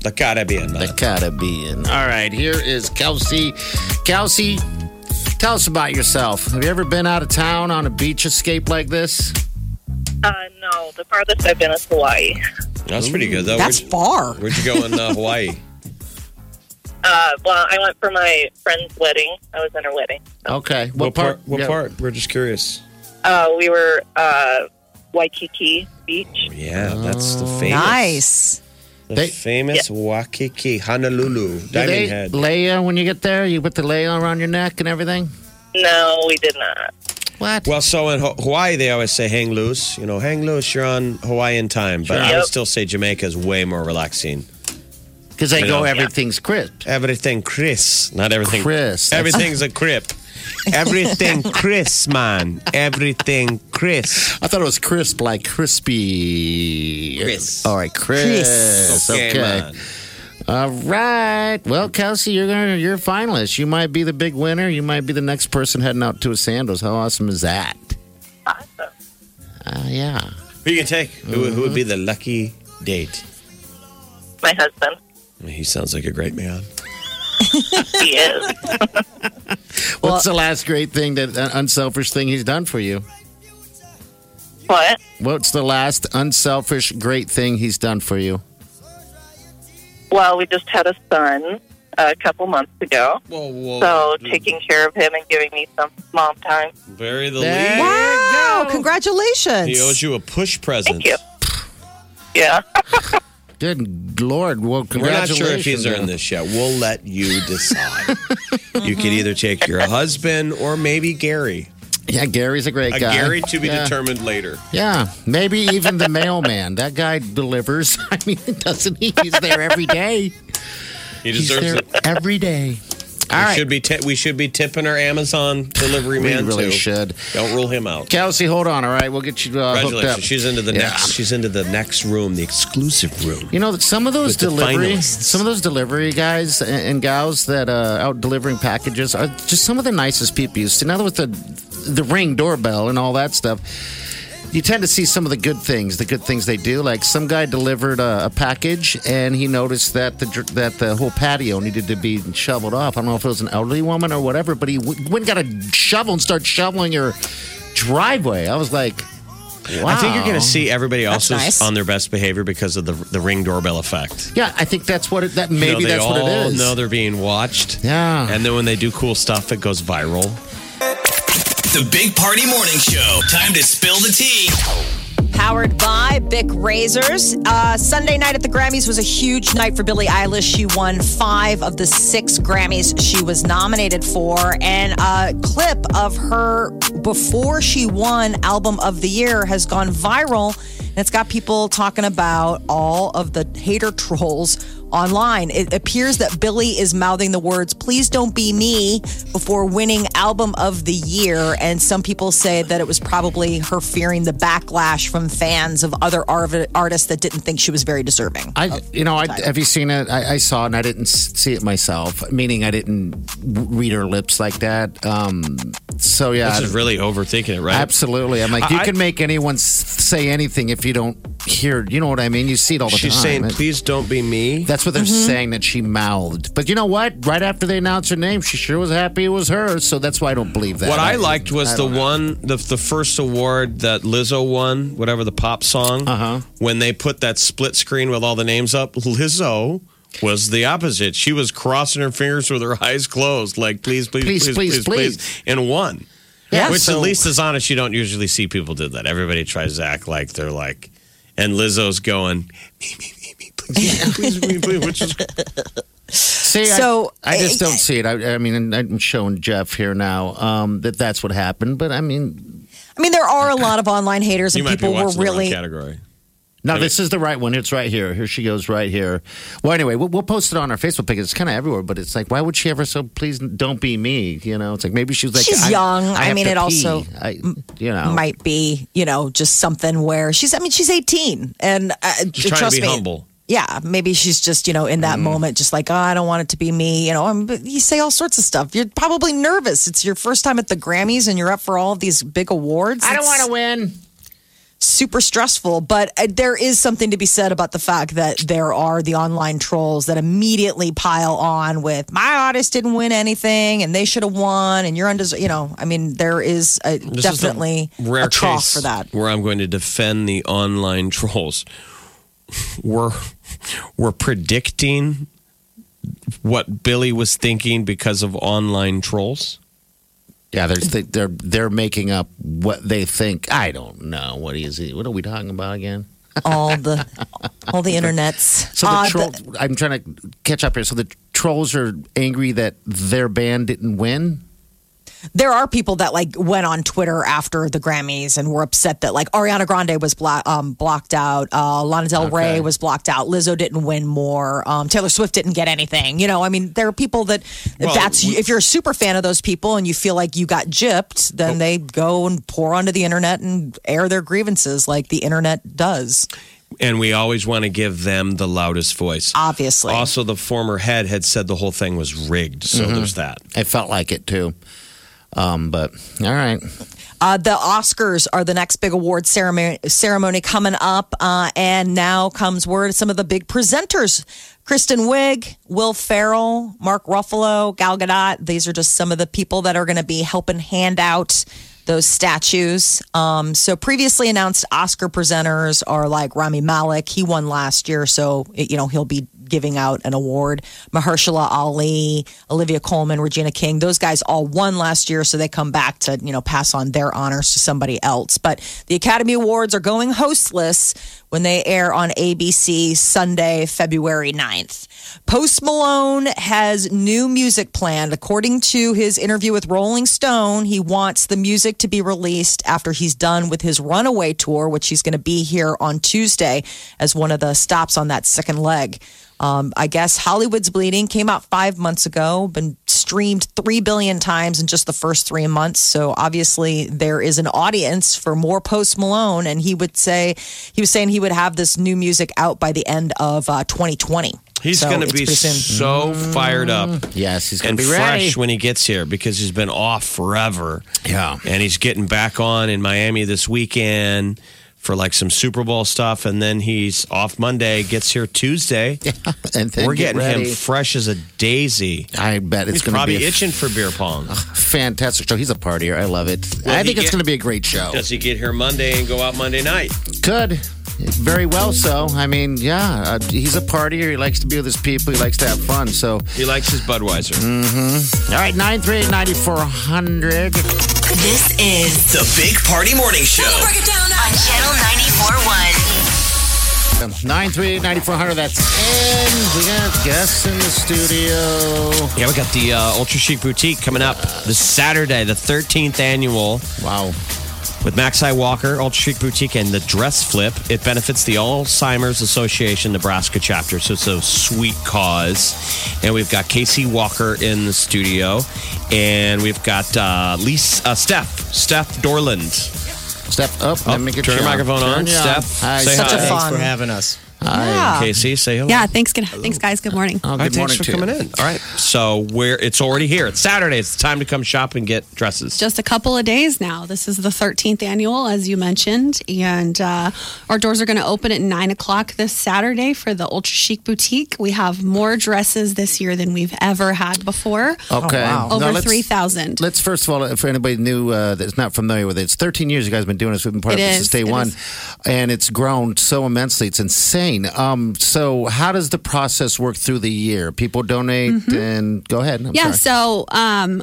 Speaker 5: The Caribbean.
Speaker 6: The Caribbean. All right, here is Kelsey. Kelsey, tell us about yourself. Have you ever been out of town on a beach escape like this?
Speaker 12: Uh, no, the farthest I've been is Hawaii.
Speaker 5: That's pretty good, though.
Speaker 12: That's
Speaker 4: far.
Speaker 5: Where'd you go in uh, Hawaii?
Speaker 12: Uh, well, I went for my friend's wedding. I was in her wedding.
Speaker 6: Okay. What,
Speaker 5: part? What part? We're just curious.
Speaker 12: Uh, we were uh, Waikiki Beach.
Speaker 5: Yeah, that's
Speaker 6: Oh.
Speaker 5: the famous.
Speaker 4: Nice.
Speaker 5: The famous Waikiki, Honolulu, Diamond
Speaker 6: Do they
Speaker 5: Head.
Speaker 6: lay you when you get there? You put the lay around your neck and everything?
Speaker 12: No, we did not.
Speaker 6: What?
Speaker 5: Well, so in Ho- Hawaii, they always say hang loose. You know, hang loose, you're on Hawaiian time. But
Speaker 6: Sure.
Speaker 5: I would
Speaker 6: Yep.
Speaker 5: still say Jamaica is way more relaxing.
Speaker 6: Because they
Speaker 5: You
Speaker 6: go,
Speaker 5: know?
Speaker 6: everything's crisp.
Speaker 5: Everything crisp. Not everything.
Speaker 6: Crisp. That's-
Speaker 5: Everything's a crip. Everything crisp, man. Everything crisp.
Speaker 6: I thought it was crisp, like crispy.
Speaker 5: Crisp.
Speaker 6: All right, crisp.
Speaker 5: Crisp. Okay,
Speaker 6: Okay.
Speaker 5: man.
Speaker 6: All right. Well, Kelsey, you're gonna you're a finalist. You might be the big winner. You might be the next person heading out to a sandals. How awesome is that? Awesome. Uh, yeah.
Speaker 5: Who you gonna take? Who, who would be the lucky date?
Speaker 12: My husband.
Speaker 5: He sounds like a great man.
Speaker 12: He is.
Speaker 6: What's the last great thing that uh, unselfish thing he's done for you?
Speaker 12: What?
Speaker 6: What's the last unselfish great thing he's done for you?
Speaker 12: Well, we just had a son a couple months ago.
Speaker 5: Whoa, whoa.
Speaker 12: So taking care of him and giving me some mom time.
Speaker 5: Bury the
Speaker 12: There
Speaker 5: lead. Oh.
Speaker 4: Wow! Oh, Congratulations.
Speaker 5: He owes you a push present. Thank you.
Speaker 12: Yeah.
Speaker 6: Good Lord. Well,
Speaker 5: We're not
Speaker 6: congratulations.
Speaker 5: sure if he's
Speaker 6: man.
Speaker 5: earned this yet. We'll let you decide. you can either take your husband or maybe Gary.
Speaker 6: Yeah, Gary's a great
Speaker 5: A
Speaker 6: guy.
Speaker 5: Gary to be
Speaker 6: Yeah.
Speaker 5: determined later.
Speaker 6: Yeah, maybe even the mailman. That guy delivers. I mean, doesn't he? He's there every day.
Speaker 5: He
Speaker 6: He's
Speaker 5: deserves
Speaker 6: there
Speaker 5: it.
Speaker 6: every day. All
Speaker 5: we
Speaker 6: right.
Speaker 5: should be ti- we should be tipping our Amazon delivery
Speaker 6: We
Speaker 5: man
Speaker 6: really
Speaker 5: too.
Speaker 6: should.
Speaker 5: Don't rule him out.
Speaker 6: Kelsey, hold on. All right, we'll get you uh, hooked up.
Speaker 5: Congratulations. She's into the
Speaker 6: Yeah.
Speaker 5: next she's into the next room, the exclusive room.
Speaker 6: You know, that some of those
Speaker 5: With the
Speaker 6: delivery,
Speaker 5: finalists.
Speaker 6: some of those delivery guys and, and gals that uh, out delivering packages are just some of the nicest people. You see, in other words, the the ring doorbell and all that stuff. You tend to see some of the good things, the good things they do. Like some guy delivered a, a package and he noticed that the dr- that the whole patio needed to be shoveled off. I don't know if it was an elderly woman or whatever, but he w- went and got a shovel and started shoveling your driveway. I was like, wow.
Speaker 5: I think you're going to see everybody else
Speaker 6: That's
Speaker 5: is
Speaker 6: nice.
Speaker 5: on their best behavior because of the the ring doorbell effect.
Speaker 6: Yeah, I think that's what it, that
Speaker 5: You know,
Speaker 6: maybe
Speaker 5: they
Speaker 6: that's what
Speaker 5: all
Speaker 6: it is.
Speaker 5: know they're being watched.
Speaker 6: Yeah.
Speaker 5: And then when they do cool stuff, it goes viral.
Speaker 2: The Big Party Morning Show. Time to spill the tea.
Speaker 4: Powered by Bic Razors. Uh, Sunday night at the Grammys was a huge night for Billie Eilish. She won five of the six Grammys she was nominated for. And a clip of her before she won Album of the Year has gone viral. And it's got people talking about all of the hater trolls online. It appears that Billy is mouthing the words, please don't be me, before winning Album of the Year. And some people say that it was probably her fearing the backlash from fans of other arv- artists that didn't think she was very deserving.
Speaker 6: I, you know, I, have you seen it? I, I saw it and I didn't s- see it myself, meaning I didn't w- read her lips like that. Um, so, yeah.
Speaker 5: This is really overthinking it, right?
Speaker 6: Absolutely. I'm like, you
Speaker 5: I-
Speaker 6: can make anyone s- say anything if you don't hear. You know what I mean? You see it all the
Speaker 5: She's
Speaker 6: time.
Speaker 5: saying,
Speaker 6: It-
Speaker 5: please don't be me.
Speaker 6: That's what they're saying that she mouthed. But you know what? Right after they announced her name, she sure was happy it was her. So that's why I don't believe that.
Speaker 5: What I liked was
Speaker 6: I
Speaker 5: the
Speaker 6: don't know.
Speaker 5: one, the, the first award that Lizzo won, whatever the pop song. Uh-huh. When they put that split screen with all the names up, Lizzo was the opposite. She was crossing her fingers with her eyes closed, like please, please, please,
Speaker 6: Please,
Speaker 5: please, please,
Speaker 6: please,
Speaker 5: and won.
Speaker 6: Yeah,
Speaker 5: which
Speaker 6: so-
Speaker 5: at least is honest. You don't usually see people do that. Everybody tries to act like they're like, and Lizzo's going, please, please, please, which is
Speaker 6: See, I-
Speaker 4: So,
Speaker 6: I, just
Speaker 4: uh,
Speaker 6: don't see it. I, I mean, and I'm showing Jeff here now um, that that's what happened. But I mean,
Speaker 4: I mean, there are a lot of online haters, and people were really.
Speaker 5: category.
Speaker 6: no, this is the right one. It's right here. Here she goes, right here. Well, anyway, we'll, we'll post it on our Facebook page. It's kind of everywhere, but it's like, why would she ever? So please don't be me. You know, it's like maybe she's like
Speaker 4: She's
Speaker 6: I-
Speaker 4: young.
Speaker 6: I,
Speaker 4: I
Speaker 6: have
Speaker 4: mean,
Speaker 6: to
Speaker 4: it also
Speaker 6: pee. I, you know,
Speaker 4: Might be, you know, just something where she's. I mean, she's 18, and uh,
Speaker 5: She's trying to
Speaker 4: trust
Speaker 5: be
Speaker 4: me,
Speaker 5: humble.
Speaker 4: Yeah, maybe she's just, you know, in that moment, just like, oh, I don't want it to be me. You know, and but you say all sorts of stuff. You're probably nervous. It's your first time at the Grammys and you're up for all of these big awards.
Speaker 6: I don't
Speaker 4: It's
Speaker 6: want to win.
Speaker 4: Super stressful, but uh, there is something to be said about the fact that there are the online trolls that immediately pile on with, my artist didn't win anything and they should have won and you're undeserved. You know, I mean, there is a,
Speaker 5: This is the
Speaker 4: definitely
Speaker 5: rare
Speaker 4: a trough
Speaker 5: case
Speaker 4: for that.
Speaker 5: Where I'm going to defend the online trolls. We're we're predicting what Billy was thinking because of online trolls.
Speaker 6: Yeah, they're they're they're making up what they think. I don't know what is it. What are we talking about again?
Speaker 4: All the, all the internets.
Speaker 6: So the
Speaker 4: Uh,
Speaker 6: troll, I'm trying to catch up here. So the trolls are angry that their band didn't win.
Speaker 4: there are people that like went on Twitter after the Grammys and were upset that like Ariana Grande was blo- um, blocked out, uh, Lana Del Rey was blocked out, Lizzo didn't win more, um, Taylor Swift didn't get anything. You know, I mean, there are people that
Speaker 5: Well,
Speaker 4: that's
Speaker 5: we-
Speaker 4: if you're a super fan of those people and you feel like you got gypped,
Speaker 5: Oh.
Speaker 4: then they go and pour onto the internet and air their grievances like the internet does.
Speaker 5: And we always want to give them the loudest voice.
Speaker 4: Obviously,
Speaker 5: Also, the former head had said the whole thing was rigged, so
Speaker 4: Mm-hmm.
Speaker 5: there's that.
Speaker 6: It felt like it too. Um, but all right,
Speaker 4: Uh, the Oscars are the next big award ceremony, ceremony coming up, uh, and now comes word of some of the big presenters: Kristen Wiig, Will Ferrell, Mark Ruffalo, Gal Gadot. These are just some of the people that are going to be helping hand out those statues. Um, so previously announced Oscar presenters are like Rami Malek. He won last year, so you know he'll be giving out an award. Mahershala Ali, Olivia Coleman, Regina King, those guys all won last year, so they come back to, you know, pass on their honors to somebody else. But the Academy Awards are going hostless when they air on ABC Sunday, February 9th. Post Malone has new music planned. According to his interview with Rolling Stone, he wants the music to be released after he's done with his runaway tour, which he's going to be here on Tuesday as one of the stops on that second leg. Um, I guess Hollywood's Bleeding came out five months ago, been streamed 3 billion times in just the first three months. So obviously, there is an audience for more Post Malone. And he would say, he was saying he would have this new music out by the end of uh, 2020.
Speaker 5: He's
Speaker 4: So
Speaker 5: going to
Speaker 4: it's
Speaker 5: be
Speaker 4: pretty soon.
Speaker 5: so fired up
Speaker 6: yes, he's gonna
Speaker 5: and
Speaker 6: be ready.
Speaker 5: fresh when he gets here because he's been off forever.
Speaker 6: Yeah,
Speaker 5: and he's getting back on in Miami this weekend for like some Super Bowl stuff, and then he's off Monday, gets here Tuesday.
Speaker 6: and then
Speaker 5: We're
Speaker 6: get
Speaker 5: getting
Speaker 6: ready.
Speaker 5: him fresh as a daisy.
Speaker 6: I bet it's
Speaker 5: He's
Speaker 6: going to
Speaker 5: probably
Speaker 6: be a
Speaker 5: itching for beer pong.
Speaker 6: fantastic show. He's a partier. I love it.
Speaker 5: Will
Speaker 6: I
Speaker 5: he
Speaker 6: think it's
Speaker 5: get-
Speaker 6: going to be a great show.
Speaker 5: Does he get here Monday and go out Monday night?
Speaker 6: Could. Very well, so. I mean, yeah, uh, he's a partier. He likes to be with his people. He likes to have fun. So,
Speaker 5: He likes his Budweiser.
Speaker 6: Mm. all right, 938 9400.
Speaker 3: This is
Speaker 2: The Big Party Morning Show.
Speaker 3: on Channel 94.1.
Speaker 6: 938 9400. That's in. We got guests in the studio.
Speaker 5: Yeah, we got the uh, Ultra Chic Boutique coming up this Saturday, the 13th annual.
Speaker 6: Wow.
Speaker 5: With Maxi Walker, Ultra Chic Boutique, and the Dress Flip, it benefits the Alzheimer's Association Nebraska chapter. So it's a sweet cause. And we've got Casey Walker in the studio. And we've got uh, Lisa, uh, Steph, Steph Dorland.
Speaker 6: Step up.
Speaker 5: Oh,
Speaker 6: let me get
Speaker 5: turn
Speaker 6: you
Speaker 5: your microphone on,
Speaker 6: Turn you
Speaker 5: Steph.
Speaker 6: Hi,
Speaker 5: Say
Speaker 4: Such a
Speaker 5: hi.
Speaker 4: fun.
Speaker 13: having us.
Speaker 5: Hi, Casey. Say hello.
Speaker 13: Yeah, thanks. Good, thanks, guys. Good morning.
Speaker 6: Um,
Speaker 5: All right, Ah. thanks for coming in. All right, so we're it's already here. It's Saturday. It's time to come shop and get dresses.
Speaker 13: Just a couple of days now. This is the 13th annual, as you mentioned, and uh, our doors are going to open at nine o'clock this Saturday for the Ultra Chic Boutique. We have more dresses this year than we've ever had before.
Speaker 4: Oh,
Speaker 6: Okay.
Speaker 13: over
Speaker 6: Now let's-
Speaker 13: three thousand.
Speaker 6: Let's first of all, if anybody new uh, that's not familiar with it, it's 13 years you guys have been doing this. We've been part
Speaker 13: It
Speaker 6: of this
Speaker 13: is,
Speaker 6: since day
Speaker 13: it
Speaker 6: one,
Speaker 13: is.
Speaker 6: and it's grown so immensely. It's insane. Um, so, how does the process work through the year? People donate and go ahead. I'm
Speaker 13: Mm-hmm. yeah.
Speaker 6: sorry.
Speaker 13: So, um,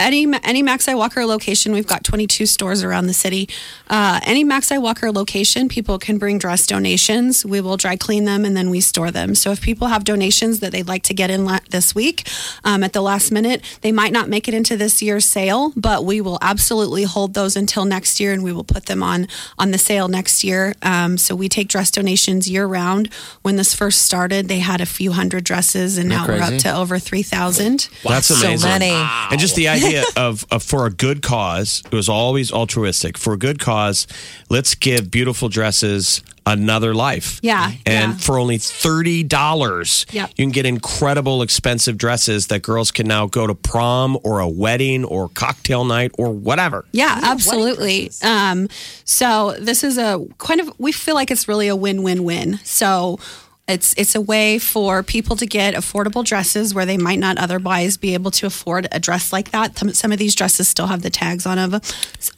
Speaker 13: any any Maxi Walker location, we've got 22 stores around the city. Uh, any Maxi Walker location, people can bring dress donations. We will dry clean them and then we store them. So if people have donations that they'd like to get in la- this week, um, at the last minute, they might not make it into this year's sale, but we will absolutely hold those until next year and we will put them on on the sale next year. Um, so we take dress donations year round. When this first started, they had a few hundred dresses, and now
Speaker 5: Isn't that
Speaker 13: we're up
Speaker 5: crazy?
Speaker 13: to over 3,000.
Speaker 5: That's amazing. And just the idea of, of for a good cause, it was always altruistic. For a good cause, let's give beautiful dresses another life.
Speaker 13: Yeah,
Speaker 5: And for only thirty dollars,
Speaker 13: Yep.
Speaker 5: you can get incredible expensive dresses that girls can now go to prom or a wedding or cocktail night or whatever.
Speaker 13: Yeah, absolutely. Um, so this is a kind of we feel like it's really a win-win-win. So it's it's a way for people to get affordable dresses where they might not otherwise be able to afford a dress like that. Some, some of these dresses still have the tags on of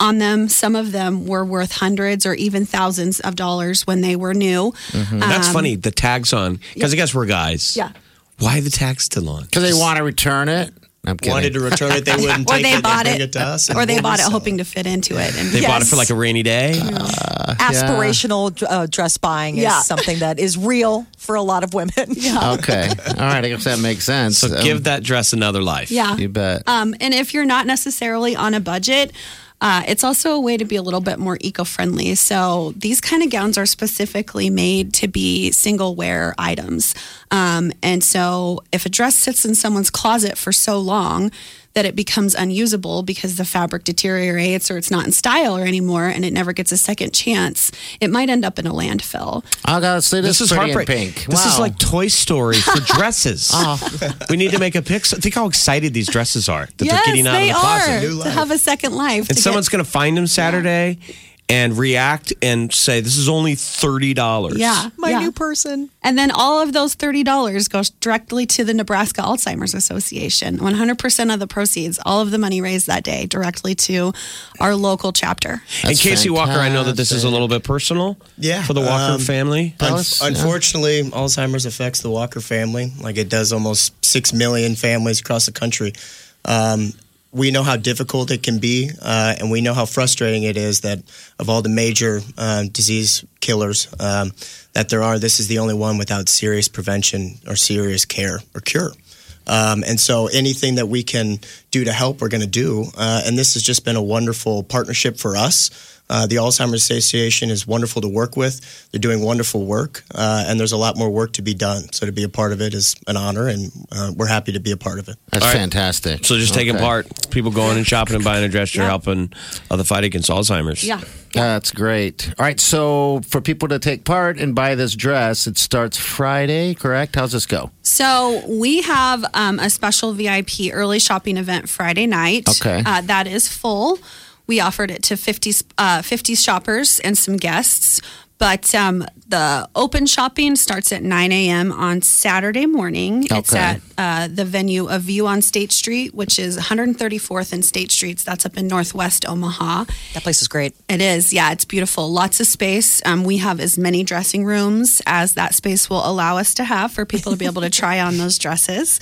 Speaker 13: on them. Some of them were worth hundreds or even thousands of dollars when they were new.
Speaker 5: That's
Speaker 13: Um,
Speaker 5: funny. The tags on because I guess we're guys.
Speaker 13: Yeah.
Speaker 5: Why the tags still on?
Speaker 6: Because they want to return it. I'm kidding.
Speaker 5: Wanted to return it, they wouldn't
Speaker 13: or
Speaker 5: take
Speaker 13: they
Speaker 5: it.
Speaker 13: bought
Speaker 5: bring
Speaker 13: it,
Speaker 5: it, to us. and
Speaker 13: or they
Speaker 5: we'll
Speaker 13: bought it
Speaker 5: resell
Speaker 13: hoping to fit into it. And
Speaker 5: They bought it for like a rainy day.
Speaker 4: Aspirational uh, dress buying is
Speaker 13: Yeah.
Speaker 4: something that is real for a lot of women. Yeah.
Speaker 6: Okay. All right. I guess that makes sense. Um,
Speaker 5: So give that dress another life.
Speaker 13: Yeah.
Speaker 6: You bet.
Speaker 13: Um, and if you're not necessarily on a budget, uh, it's also a way to be a little bit more eco-friendly. So these kind of gowns are specifically made to be single wear items. Um, and so if a dress sits in someone's closet for so long that it becomes unusable because the fabric deteriorates or it's not in style or anymore and it never gets a second chance, it might end up in a landfill.
Speaker 6: I gotta say Oh, this,
Speaker 5: This is
Speaker 6: pretty in
Speaker 5: heartbreak-
Speaker 6: pink.
Speaker 5: This is
Speaker 6: Wow.
Speaker 5: like Toy Story for dresses.
Speaker 6: Oh.
Speaker 5: We need to make a picture. Think how excited these dresses are that
Speaker 13: yes,
Speaker 5: they're getting out
Speaker 13: they
Speaker 5: of the
Speaker 13: are
Speaker 5: closet.
Speaker 13: to have a second life.
Speaker 5: And
Speaker 13: to
Speaker 5: someone's
Speaker 13: get-
Speaker 5: going to find them Saturday and react and say, "This is only thirty dollars."
Speaker 13: Yeah.
Speaker 4: My
Speaker 13: yeah.
Speaker 4: new person.
Speaker 13: And then all of those $30 goes directly to the Nebraska Alzheimer's Association. 100% of the proceeds, all of the money raised that day, directly to our local chapter.
Speaker 5: and Casey Walker, I know that this is a little bit personal.
Speaker 14: Yeah,
Speaker 5: For the Walker
Speaker 14: um,
Speaker 5: family.
Speaker 14: un- unfortunately, Alzheimer's affects the Walker family like it does almost six million families across the country. Um, we know how difficult it can be, uh, and we know how frustrating it is that of all the major um, disease killers um, that there are, this is the only one without serious prevention or serious care or cure. Um, and so anything that we can do to help, we're going to do. Uh, and this has just been a wonderful partnership for us. Uh, the Alzheimer's Association is wonderful to work with. They're doing wonderful work, uh, and there's a lot more work to be done. So to be a part of it is an honor, and uh, we're happy to be a part of it.
Speaker 6: That's
Speaker 5: All right.
Speaker 6: fantastic.
Speaker 5: So just taking
Speaker 6: Okay.
Speaker 5: part, people going and shopping and buying a dress, you're
Speaker 13: Yeah.
Speaker 5: helping uh, the fight against Alzheimer's.
Speaker 13: Yeah.
Speaker 6: That's great. All right. So for people to take part and buy this dress, it starts Friday, correct? How's this go?
Speaker 13: So we have um, a special VIP early shopping event Friday night.
Speaker 6: Okay.
Speaker 13: Uh, that is full. We offered it to 50, uh, 50 shoppers and some guests. But um, the open shopping starts at 9 a.m. on Saturday morning. It's
Speaker 15: Okay.
Speaker 13: at uh, the venue of View on State Street, which is 134th and State Streets. That's up in Northwest Omaha.
Speaker 4: That place is great.
Speaker 13: It is, yeah, it's beautiful. Lots of space. Um, we have as many dressing rooms as that space will allow us to have for people to be able to try on those dresses.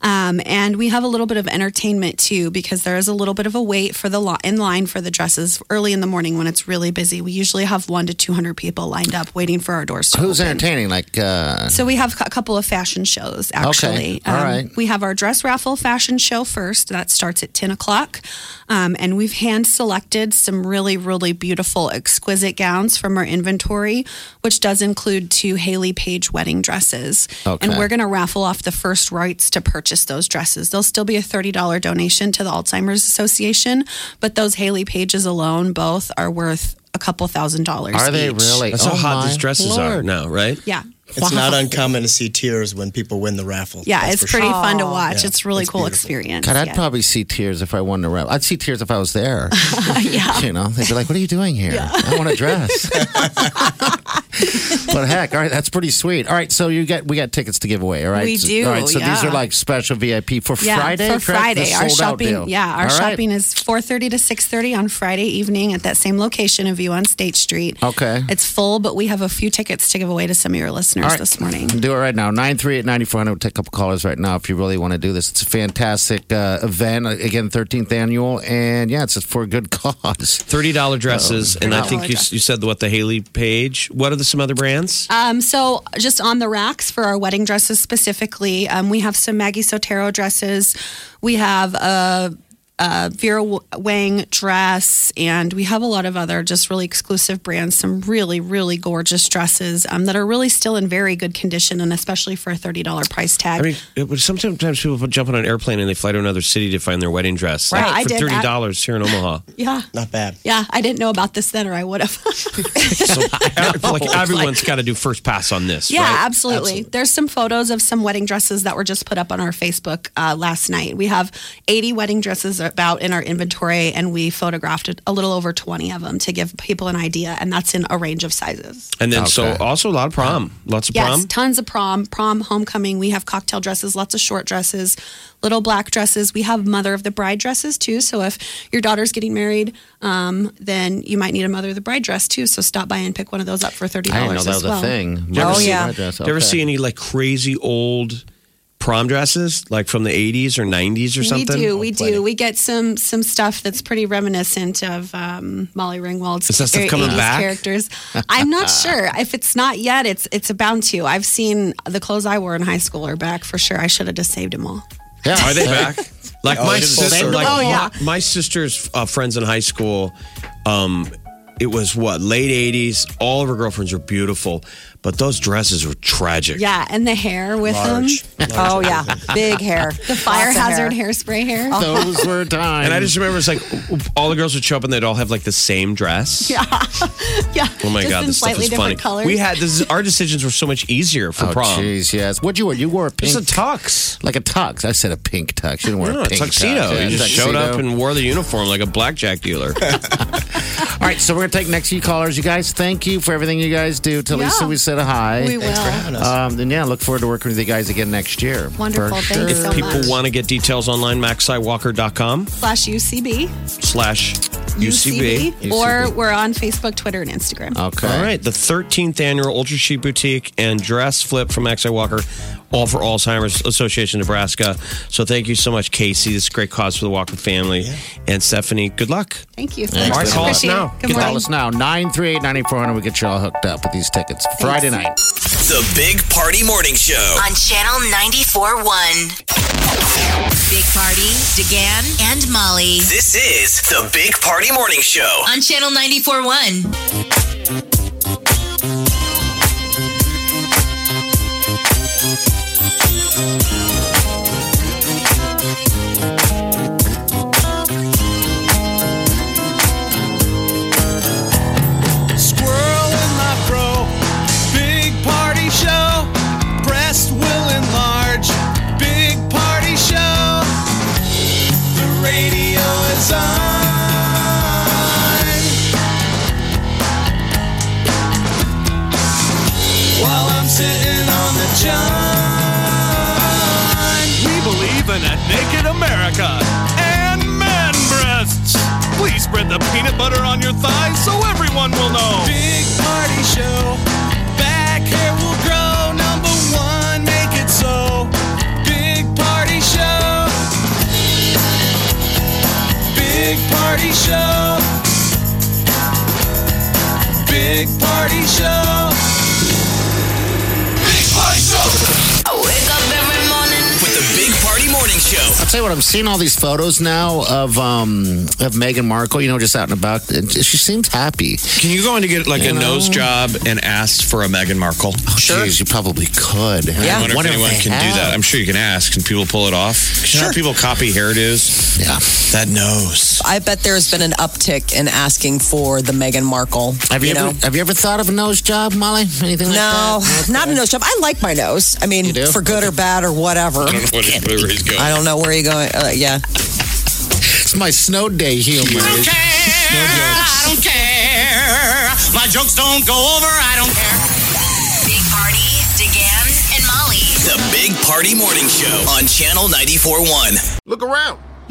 Speaker 13: Um, and we have a little bit of entertainment too, because there is a little bit of a wait for the lo- in line for the dresses early in the morning when it's really busy. We usually have one to two hundred people lined up waiting for our doors to
Speaker 6: Who's
Speaker 13: open.
Speaker 6: entertaining? Like, uh,
Speaker 13: So we have a couple of fashion shows actually. Um,
Speaker 6: Okay. All right.
Speaker 13: We have our dress raffle fashion show first. That starts at 10 o'clock. Um, and we've hand selected some really, really beautiful, exquisite gowns from our inventory, which does include two Haley Page wedding dresses.
Speaker 15: Okay.
Speaker 13: And we're going to raffle off the first rights to purchase those dresses. There'll still be a $30 donation to the Alzheimer's Association, but those Haley Pages alone both are worth a couple thousand dollars.
Speaker 6: Are they
Speaker 13: each.
Speaker 6: really?
Speaker 5: That's how
Speaker 6: Oh
Speaker 5: hot
Speaker 6: my
Speaker 5: these dresses are
Speaker 6: Lord.
Speaker 5: now, right?
Speaker 13: Yeah.
Speaker 14: It's not uncommon to see tears when people win the raffle.
Speaker 13: Yeah,
Speaker 14: that's
Speaker 13: it's
Speaker 14: for sure.
Speaker 13: pretty fun to watch.
Speaker 14: Yeah,
Speaker 13: It's a really cool
Speaker 14: beautiful.
Speaker 13: experience.
Speaker 6: God, I'd
Speaker 13: yeah.
Speaker 6: probably see tears if I won the rep. I'd see tears if I was there. yeah. You know, they'd be like, what are you doing here? I want a dress. but heck, all right, that's pretty sweet. All right, so you get we got tickets to give away, all right?
Speaker 13: We do,
Speaker 6: All right, so these
Speaker 13: yeah.
Speaker 6: are like special VIP for
Speaker 13: Yeah,
Speaker 6: Friday.
Speaker 13: for
Speaker 6: correct?
Speaker 13: Friday.
Speaker 6: The
Speaker 13: Our
Speaker 6: sold-out
Speaker 13: shopping,
Speaker 6: deal.
Speaker 13: yeah, our
Speaker 6: All right.
Speaker 13: shopping is 4:30 to 6:30 on Friday evening at that same location of you on State Street.
Speaker 6: Okay.
Speaker 13: It's full, but we have a few tickets to give away to some of your listeners this morning.
Speaker 6: Do it right now. 938 9400. Take a couple callers right now if you really want to do this. It's a fantastic uh, event. Again, 13th annual. And yeah, it's for a good cause.
Speaker 5: $30 dresses. and I
Speaker 13: $30
Speaker 5: think you,
Speaker 13: dresses.
Speaker 5: you said what the Haley page. What are the, some other brands?
Speaker 13: Um, so, just on the racks for our wedding dresses specifically, um, we have some Maggie Sotero dresses. We have a, a Vera Wang dress, and we have a lot of other just really exclusive brands, some really, really gorgeous dresses um, that are really still in very good condition, and especially for a $30 price tag.
Speaker 5: I mean, it was sometimes people jump on an airplane and they fly to another city to find their wedding dress.
Speaker 13: Right,
Speaker 5: Like,
Speaker 13: I
Speaker 5: for
Speaker 13: did
Speaker 5: thirty
Speaker 13: that.
Speaker 5: dollars here in Omaha.
Speaker 13: yeah.
Speaker 5: Not bad.
Speaker 13: Yeah, I didn't know about this then, or I would have.
Speaker 5: like everyone's got to do first pass on this.
Speaker 13: Yeah,
Speaker 5: right?
Speaker 13: absolutely. There's some photos of some wedding dresses that were just put up on our Facebook uh, last night. We have 80 wedding dresses about in our inventory, and we photographed a little over 20 of them to give people an idea, and that's in a range of sizes.
Speaker 5: And then so also a lot of prom, lots of
Speaker 13: yes,
Speaker 5: prom.
Speaker 13: tons of prom, prom, homecoming. We have cocktail dresses, lots of short dresses, little black dresses. We have mother of the bride dresses too. So if your daughter's getting married, um, then you might need a mother of the bride dress too. So stop by and pick one of those up for thirty
Speaker 5: I
Speaker 13: dollars.
Speaker 5: didn't know that was a thing. Did you ever
Speaker 13: Oh
Speaker 5: see-
Speaker 13: yeah.
Speaker 5: Did you ever see any like crazy old prom dresses, like from the eighties or nineties or something?
Speaker 13: We do, we do. We get some some stuff that's pretty reminiscent of um, Molly Ringwald's
Speaker 5: Is that stuff
Speaker 13: very
Speaker 5: coming
Speaker 13: 80s
Speaker 5: back?
Speaker 13: characters. I'm not sure if it's not yet. It's it's bound to. I've seen the clothes I wore in high school are back for sure. I should have just saved them all.
Speaker 6: Yeah.
Speaker 5: Are they back? Like
Speaker 6: Oh,
Speaker 5: my
Speaker 6: it's full
Speaker 5: sister,
Speaker 6: circle.
Speaker 5: like
Speaker 6: Oh, yeah.
Speaker 5: my sister's uh, friends in high school. Um, it was what late eighties. All of her girlfriends were beautiful, but those dresses were tragic.
Speaker 13: Yeah, and the hair with
Speaker 5: Large.
Speaker 13: them.
Speaker 5: Large. Oh, yeah.
Speaker 13: big hair. The fire
Speaker 4: Lots of
Speaker 13: hazard hairspray hair.
Speaker 5: Oh
Speaker 6: Those were times.
Speaker 5: And I just remember it's like all the girls would show up and they'd all have like the same dress.
Speaker 13: Yeah. yeah.
Speaker 5: Oh my
Speaker 13: Just
Speaker 5: god,
Speaker 13: in
Speaker 5: this stuff
Speaker 13: slightly
Speaker 5: is funny.
Speaker 13: different colors.
Speaker 5: We had this. Is, our decisions were so much easier for
Speaker 6: Oh,
Speaker 5: prom.
Speaker 6: jeez, yes. What'd you wear? You wore a pink.
Speaker 5: Just a tux.
Speaker 6: Like a tux. I said a pink tux. You didn't wear
Speaker 5: No,
Speaker 6: a
Speaker 5: a
Speaker 6: pink
Speaker 5: tuxedo.
Speaker 6: tux. Yeah,
Speaker 5: you just showed
Speaker 6: tuxedo.
Speaker 5: up and wore the uniform like a blackjack dealer.
Speaker 6: All right, so we're gonna take next few callers. You guys, thank you for everything you guys do. Tell
Speaker 13: Yeah.
Speaker 6: Lisa we said hi.
Speaker 13: We Thanks for will. having us.
Speaker 6: Um, and yeah, look forward to working with you guys again next year.
Speaker 13: Wonderful.
Speaker 6: For
Speaker 13: Thank you
Speaker 6: sure.
Speaker 13: so
Speaker 5: if people
Speaker 13: much.
Speaker 5: want to get details online, maxiwalker.com
Speaker 13: Slash UCB,
Speaker 5: slash UCB.
Speaker 13: or we're on Facebook, Twitter, and Instagram.
Speaker 6: Okay.
Speaker 5: All right. The 13th annual Ultra Chic Boutique and Dress Flip from XI Walker, all for Alzheimer's Association Nebraska. So thank you so much, Casey. This is a great cause for the Walker family. And Stephanie, good luck.
Speaker 13: Thank you.
Speaker 6: Thanks,
Speaker 5: All right,
Speaker 6: Lisa.
Speaker 5: call us
Speaker 13: Appreciate it.
Speaker 5: now.
Speaker 13: Good
Speaker 6: Call
Speaker 13: morning.
Speaker 6: us now, 938-9400. We get you all hooked up with these tickets. Friday night.
Speaker 2: The Big Party Morning Show.
Speaker 3: On Channel 94.1. Big Party, DeGan, and Molly.
Speaker 2: This is the Big Party Morning Show.
Speaker 3: On Channel 94.1.
Speaker 11: Squirrel in my pro. Big party show. Breast will enlarge. Big party show. The radio is on. While I'm sitting on the john.
Speaker 15: We believe in a naked America and man breasts. Please spread the peanut butter on your thighs so everyone will know.
Speaker 11: Big party show. Back hair will grow. Number one, make it so. Big party show. Big party show. Big party show. Big party show.
Speaker 2: With the Big Party Morning Show.
Speaker 6: I'll tell you what, I'm seeing all these photos now of um of Meghan Markle, you know, just out and about. And she seems happy.
Speaker 5: Can you go in to get like a nose job and ask for a Meghan Markle? Oh,
Speaker 6: sure. you probably could.
Speaker 5: I wonder
Speaker 6: Wonder
Speaker 5: if
Speaker 6: if
Speaker 5: anyone
Speaker 6: they
Speaker 5: can do
Speaker 6: have.
Speaker 5: that. I'm sure you can ask. Can people pull it off? Sure. people copy hairdos.
Speaker 6: Yeah.
Speaker 5: That nose.
Speaker 4: I bet there's been an uptick in asking for the Meghan Markle.
Speaker 6: Have you,
Speaker 4: know?
Speaker 6: ever have you ever thought of a nose job, Molly? Anything like
Speaker 4: no,
Speaker 6: that?
Speaker 4: not a nose job. I like my nose. I mean,
Speaker 6: do?
Speaker 4: for good or bad or whatever.
Speaker 5: I don't know what he- where he's going.
Speaker 4: I don't know where you're going. Uh, yeah.
Speaker 6: It's my snow day humor.
Speaker 2: I don't care. My jokes don't go over. I don't care.
Speaker 3: Big Party, DeGan, and Molly.
Speaker 2: The Big Party Morning Show on Channel 94.1.
Speaker 9: Look around.